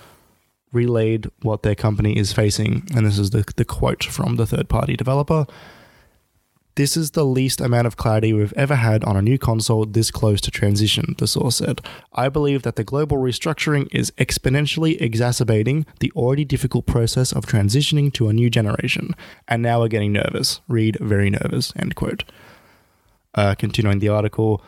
relayed what their company is facing. And this is the, the quote from the third party developer This is the least amount of clarity we've ever had on a new console this close to transition, the source said. I believe that the global restructuring is exponentially exacerbating the already difficult process of transitioning to a new generation. And now we're getting nervous. Read very nervous, end quote. Uh, continuing the article,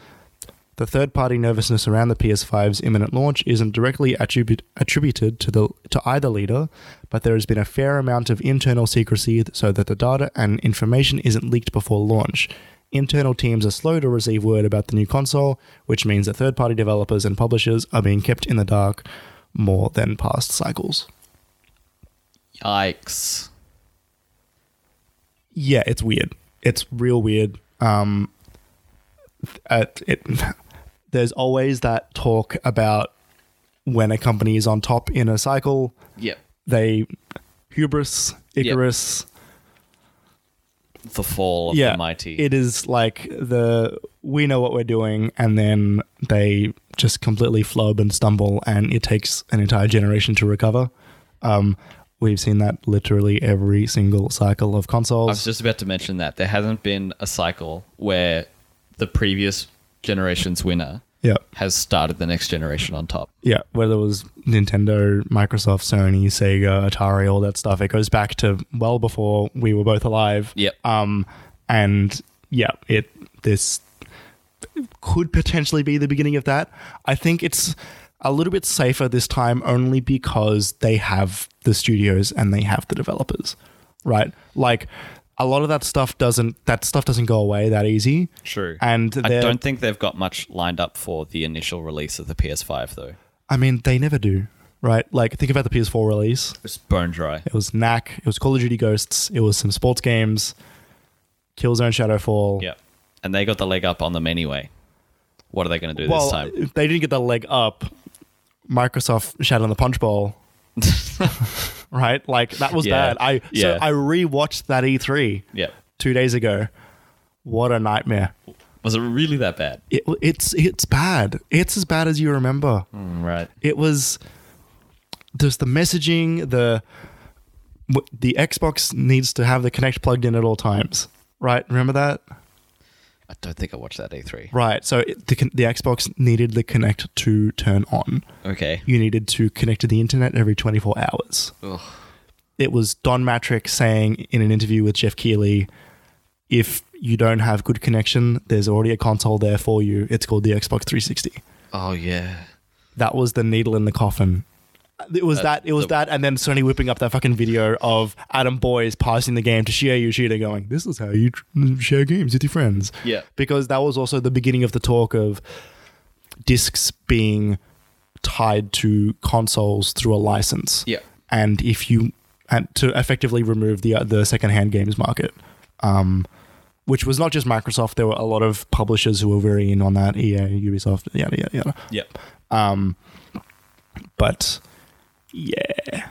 the third party nervousness around the PS5's imminent launch isn't directly attribute, attributed to, the, to either leader, but there has been a fair amount of internal secrecy so that the data and information isn't leaked before launch. Internal teams are slow to receive word about the new console, which means that third party developers and publishers are being kept in the dark more than past cycles. Yikes! yeah, it's weird. It's real weird. Um, th- uh, it, there's always that talk about when a company is on top in a cycle, Yep. they hubris, Icarus. The fall of the mighty. It is like the we know what we're doing, and then they just completely flub and stumble, and it takes an entire generation to recover. Um, we've seen that literally every single cycle of I consoles. was just about to mention that there hasn't been a cycle where the previous generation's winner Yeah. has started the next generation on top. Yeah, whether it was Nintendo, Microsoft, Sony, Sega, Atari, all that stuff, it goes back to well before we were both alive. Yep. Um, and yeah, it this could potentially be the beginning of that. I think it's a little bit safer this time only because they have the studios and they have the developers, right? Like a lot of that stuff doesn't that stuff doesn't go away that easy. True. And I they're- don't think they've got much lined up for the initial release of the PS5 though. I mean, they never do, right? Like think about the PS4 release. It's bone dry. It was Knack. It was Call of Duty Ghosts. It was some sports games. Killzone Shadowfall. Yeah. And they got the leg up on them anyway. What are they going to do Well, this time? if they didn't get the leg up. Microsoft shat on the punch bowl. right? Like that was Yeah. bad. I Yeah. so I rewatched that E3 Yeah. two days ago. What a nightmare! Was it really that bad? It, it's it's bad. It's as bad as you remember. Hmm. Mm, Right. it was there's the messaging the w- the xbox needs to have the connect plugged in at all times right remember that I don't think I watched that E E3. right so it, the, con- the xbox needed the connect to turn on Okay. you needed to connect to the internet every 24 hours Ugh. it was don matrick saying in an interview with jeff keighley if you don't have good connection there's already a console there for you it's called the xbox 360 Oh yeah. that was the needle in the coffin. Uh, It was that. It was the- that, and then Sony whipping up that fucking video of Adam Boys passing the game to Shia Yoshida, going, "This is how you tr- share games with your friends." Yeah. because that was also the beginning of the talk of discs being tied to consoles through a license. Yeah. and if you and to effectively remove the uh, the secondhand games market, um, which was not just Microsoft. There were a lot of publishers who were very in on that. EA, Ubisoft, yada yada yada. Yep. Um, but yeah,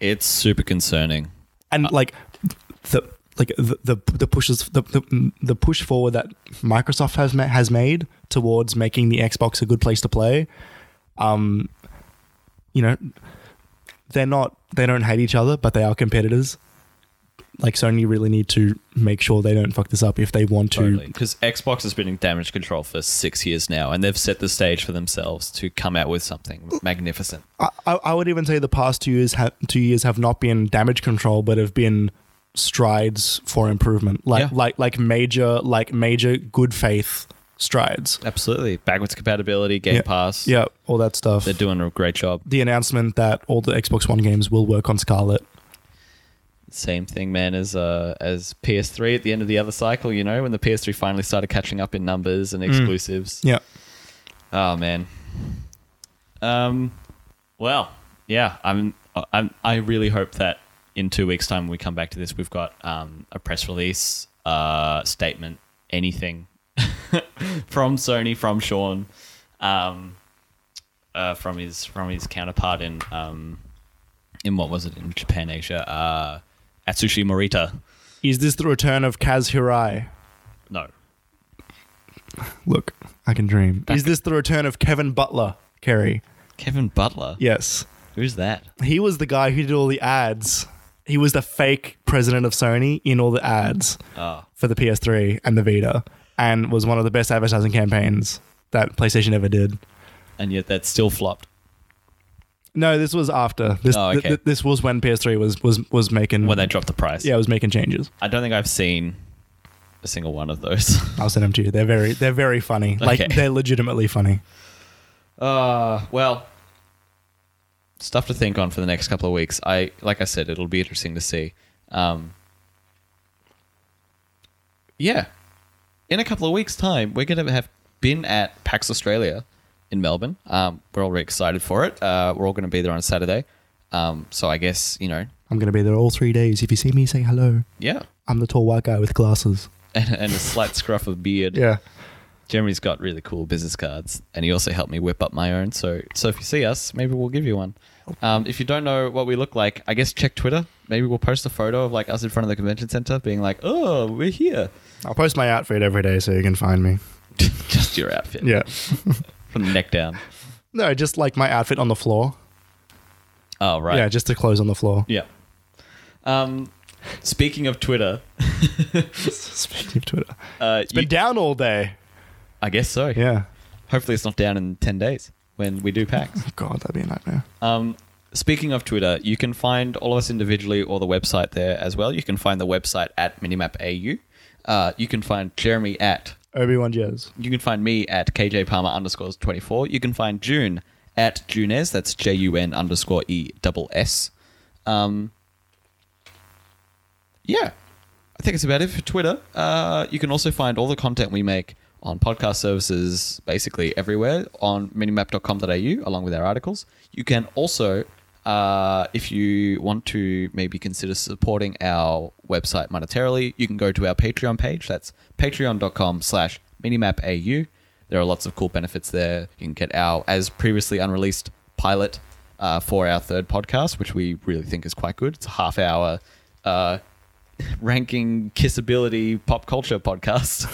It's super concerning. and like the like the the, the pushes the, the the push forward that Microsoft has ma- has made towards making the Xbox a good place to play. Um, you know, they're not they don't hate each other, but they are competitors. Like Sony really need to make sure they don't fuck this up if they want to. Totally. Because Xbox has been in damage control for six years now, and they've set the stage for themselves to come out with something magnificent. I, I I would even say the past two years have two years have not been damage control, but have been strides for improvement. Like Yeah. like like major like major good faith strides. Absolutely. Backwards compatibility, Game Yeah. Pass. Yeah, all that stuff. They're doing a great job. the announcement that all the Xbox One games will work on Scarlet. Same thing, man, as uh, as PS3 at the end of the other cycle, you know, when the PS3 finally started catching up in numbers and exclusives. Yeah. Oh man. Um, well, yeah. I'm. I'm. I really hope that in two weeks' time when we come back to this, we've got um, a press release, uh, statement, anything from Sony, from Sean, um, uh, from his from his counterpart in um, in what was it in Japan, Asia, uh, Atsushi Morita. Is this the return of Kaz Hirai? No, Look, I can dream. Back- Is this the return of Kevin Butler, Kerry? Kevin Butler. Yes. Who's that? He was the guy who did all the ads. He was the fake president of Sony in all the ads. Oh, for the PS3 and the Vita, and was one of the best advertising campaigns that PlayStation ever did. and yet that still flopped. No, this was after this. Oh, okay. th- th- this was when PS3 was was was making When they dropped the price. yeah was making changes. I don't think I've seen a single one of those. I'll send them to you. They're very they're very funny. Like Okay. they're legitimately funny. Uh, well, stuff to think on for the next couple of weeks. I like I said, it'll be interesting to see. Um, yeah, in a couple of weeks' time, we're gonna have been at PAX Australia in Melbourne. Um, we're all really excited for it. Uh, we're all gonna be there on Saturday. Um, so I guess you know, I'm gonna be there all three days. If you see me, say hello. yeah, I'm the tall white guy with glasses. and, and a slight scruff of beard. Yeah. Jeremy's got really cool business cards, and he also helped me whip up my own. So, so if you see us, maybe we'll give you one. Um, if you don't know what we look like, I guess check Twitter. Maybe we'll post a photo of like us in front of the convention center, being like, "Oh, we're here." I'll post my outfit every day so you can find me. Just your outfit, Yeah. from the neck down. No, just like my outfit on the floor. Oh, right. Yeah, just the clothes on the floor. Yeah. Um, Speaking of Twitter, Speaking of Twitter, uh, it's been you- down all day. I guess so. Yeah. Hopefully, it's not down in ten days when we do packs. Oh, God, that'd be a nightmare. Um, speaking of Twitter, you can find all of us individually or the website there as well. You can find the website at minimapau. Uh, you can find Jeremy at. Obi Wan Jez. You can find me at KJ Palmer underscores 24. You can find June at Junez. That's J U N underscore E double S. Um, yeah. I think it's about it for Twitter. Uh, you can also find all the content we make on podcast services basically everywhere on minimap.com.au along with our articles. You can also, uh, if you want to maybe consider supporting our website monetarily, you can go to our Patreon page. That's patreon.com slash minimapau. There are lots of cool benefits there. You can get our, as previously unreleased, pilot uh, for our third podcast, which we really think is quite good. It's a half hour uh, ranking kissability pop culture podcast,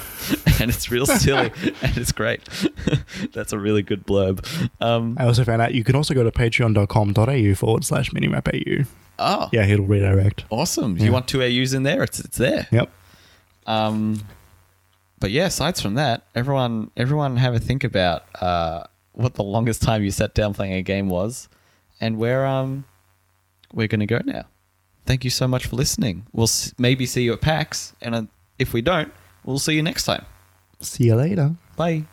and it's real silly and it's great. That's a really good blurb. Um, I also found out you can also go to patreon.com.au forward slash minimapau. oh, Yeah, it'll redirect. awesome! You Ah, Yeah. want two AUs in there? It's it's there. Yep. Um, but yeah, aside from that, everyone everyone have a think about uh, what the longest time you sat down playing a game was, and where um we're gonna go now. Thank you so much for listening. We'll s- maybe see you at PAX, and uh, if we don't, we'll see you next time. See you later. Bye.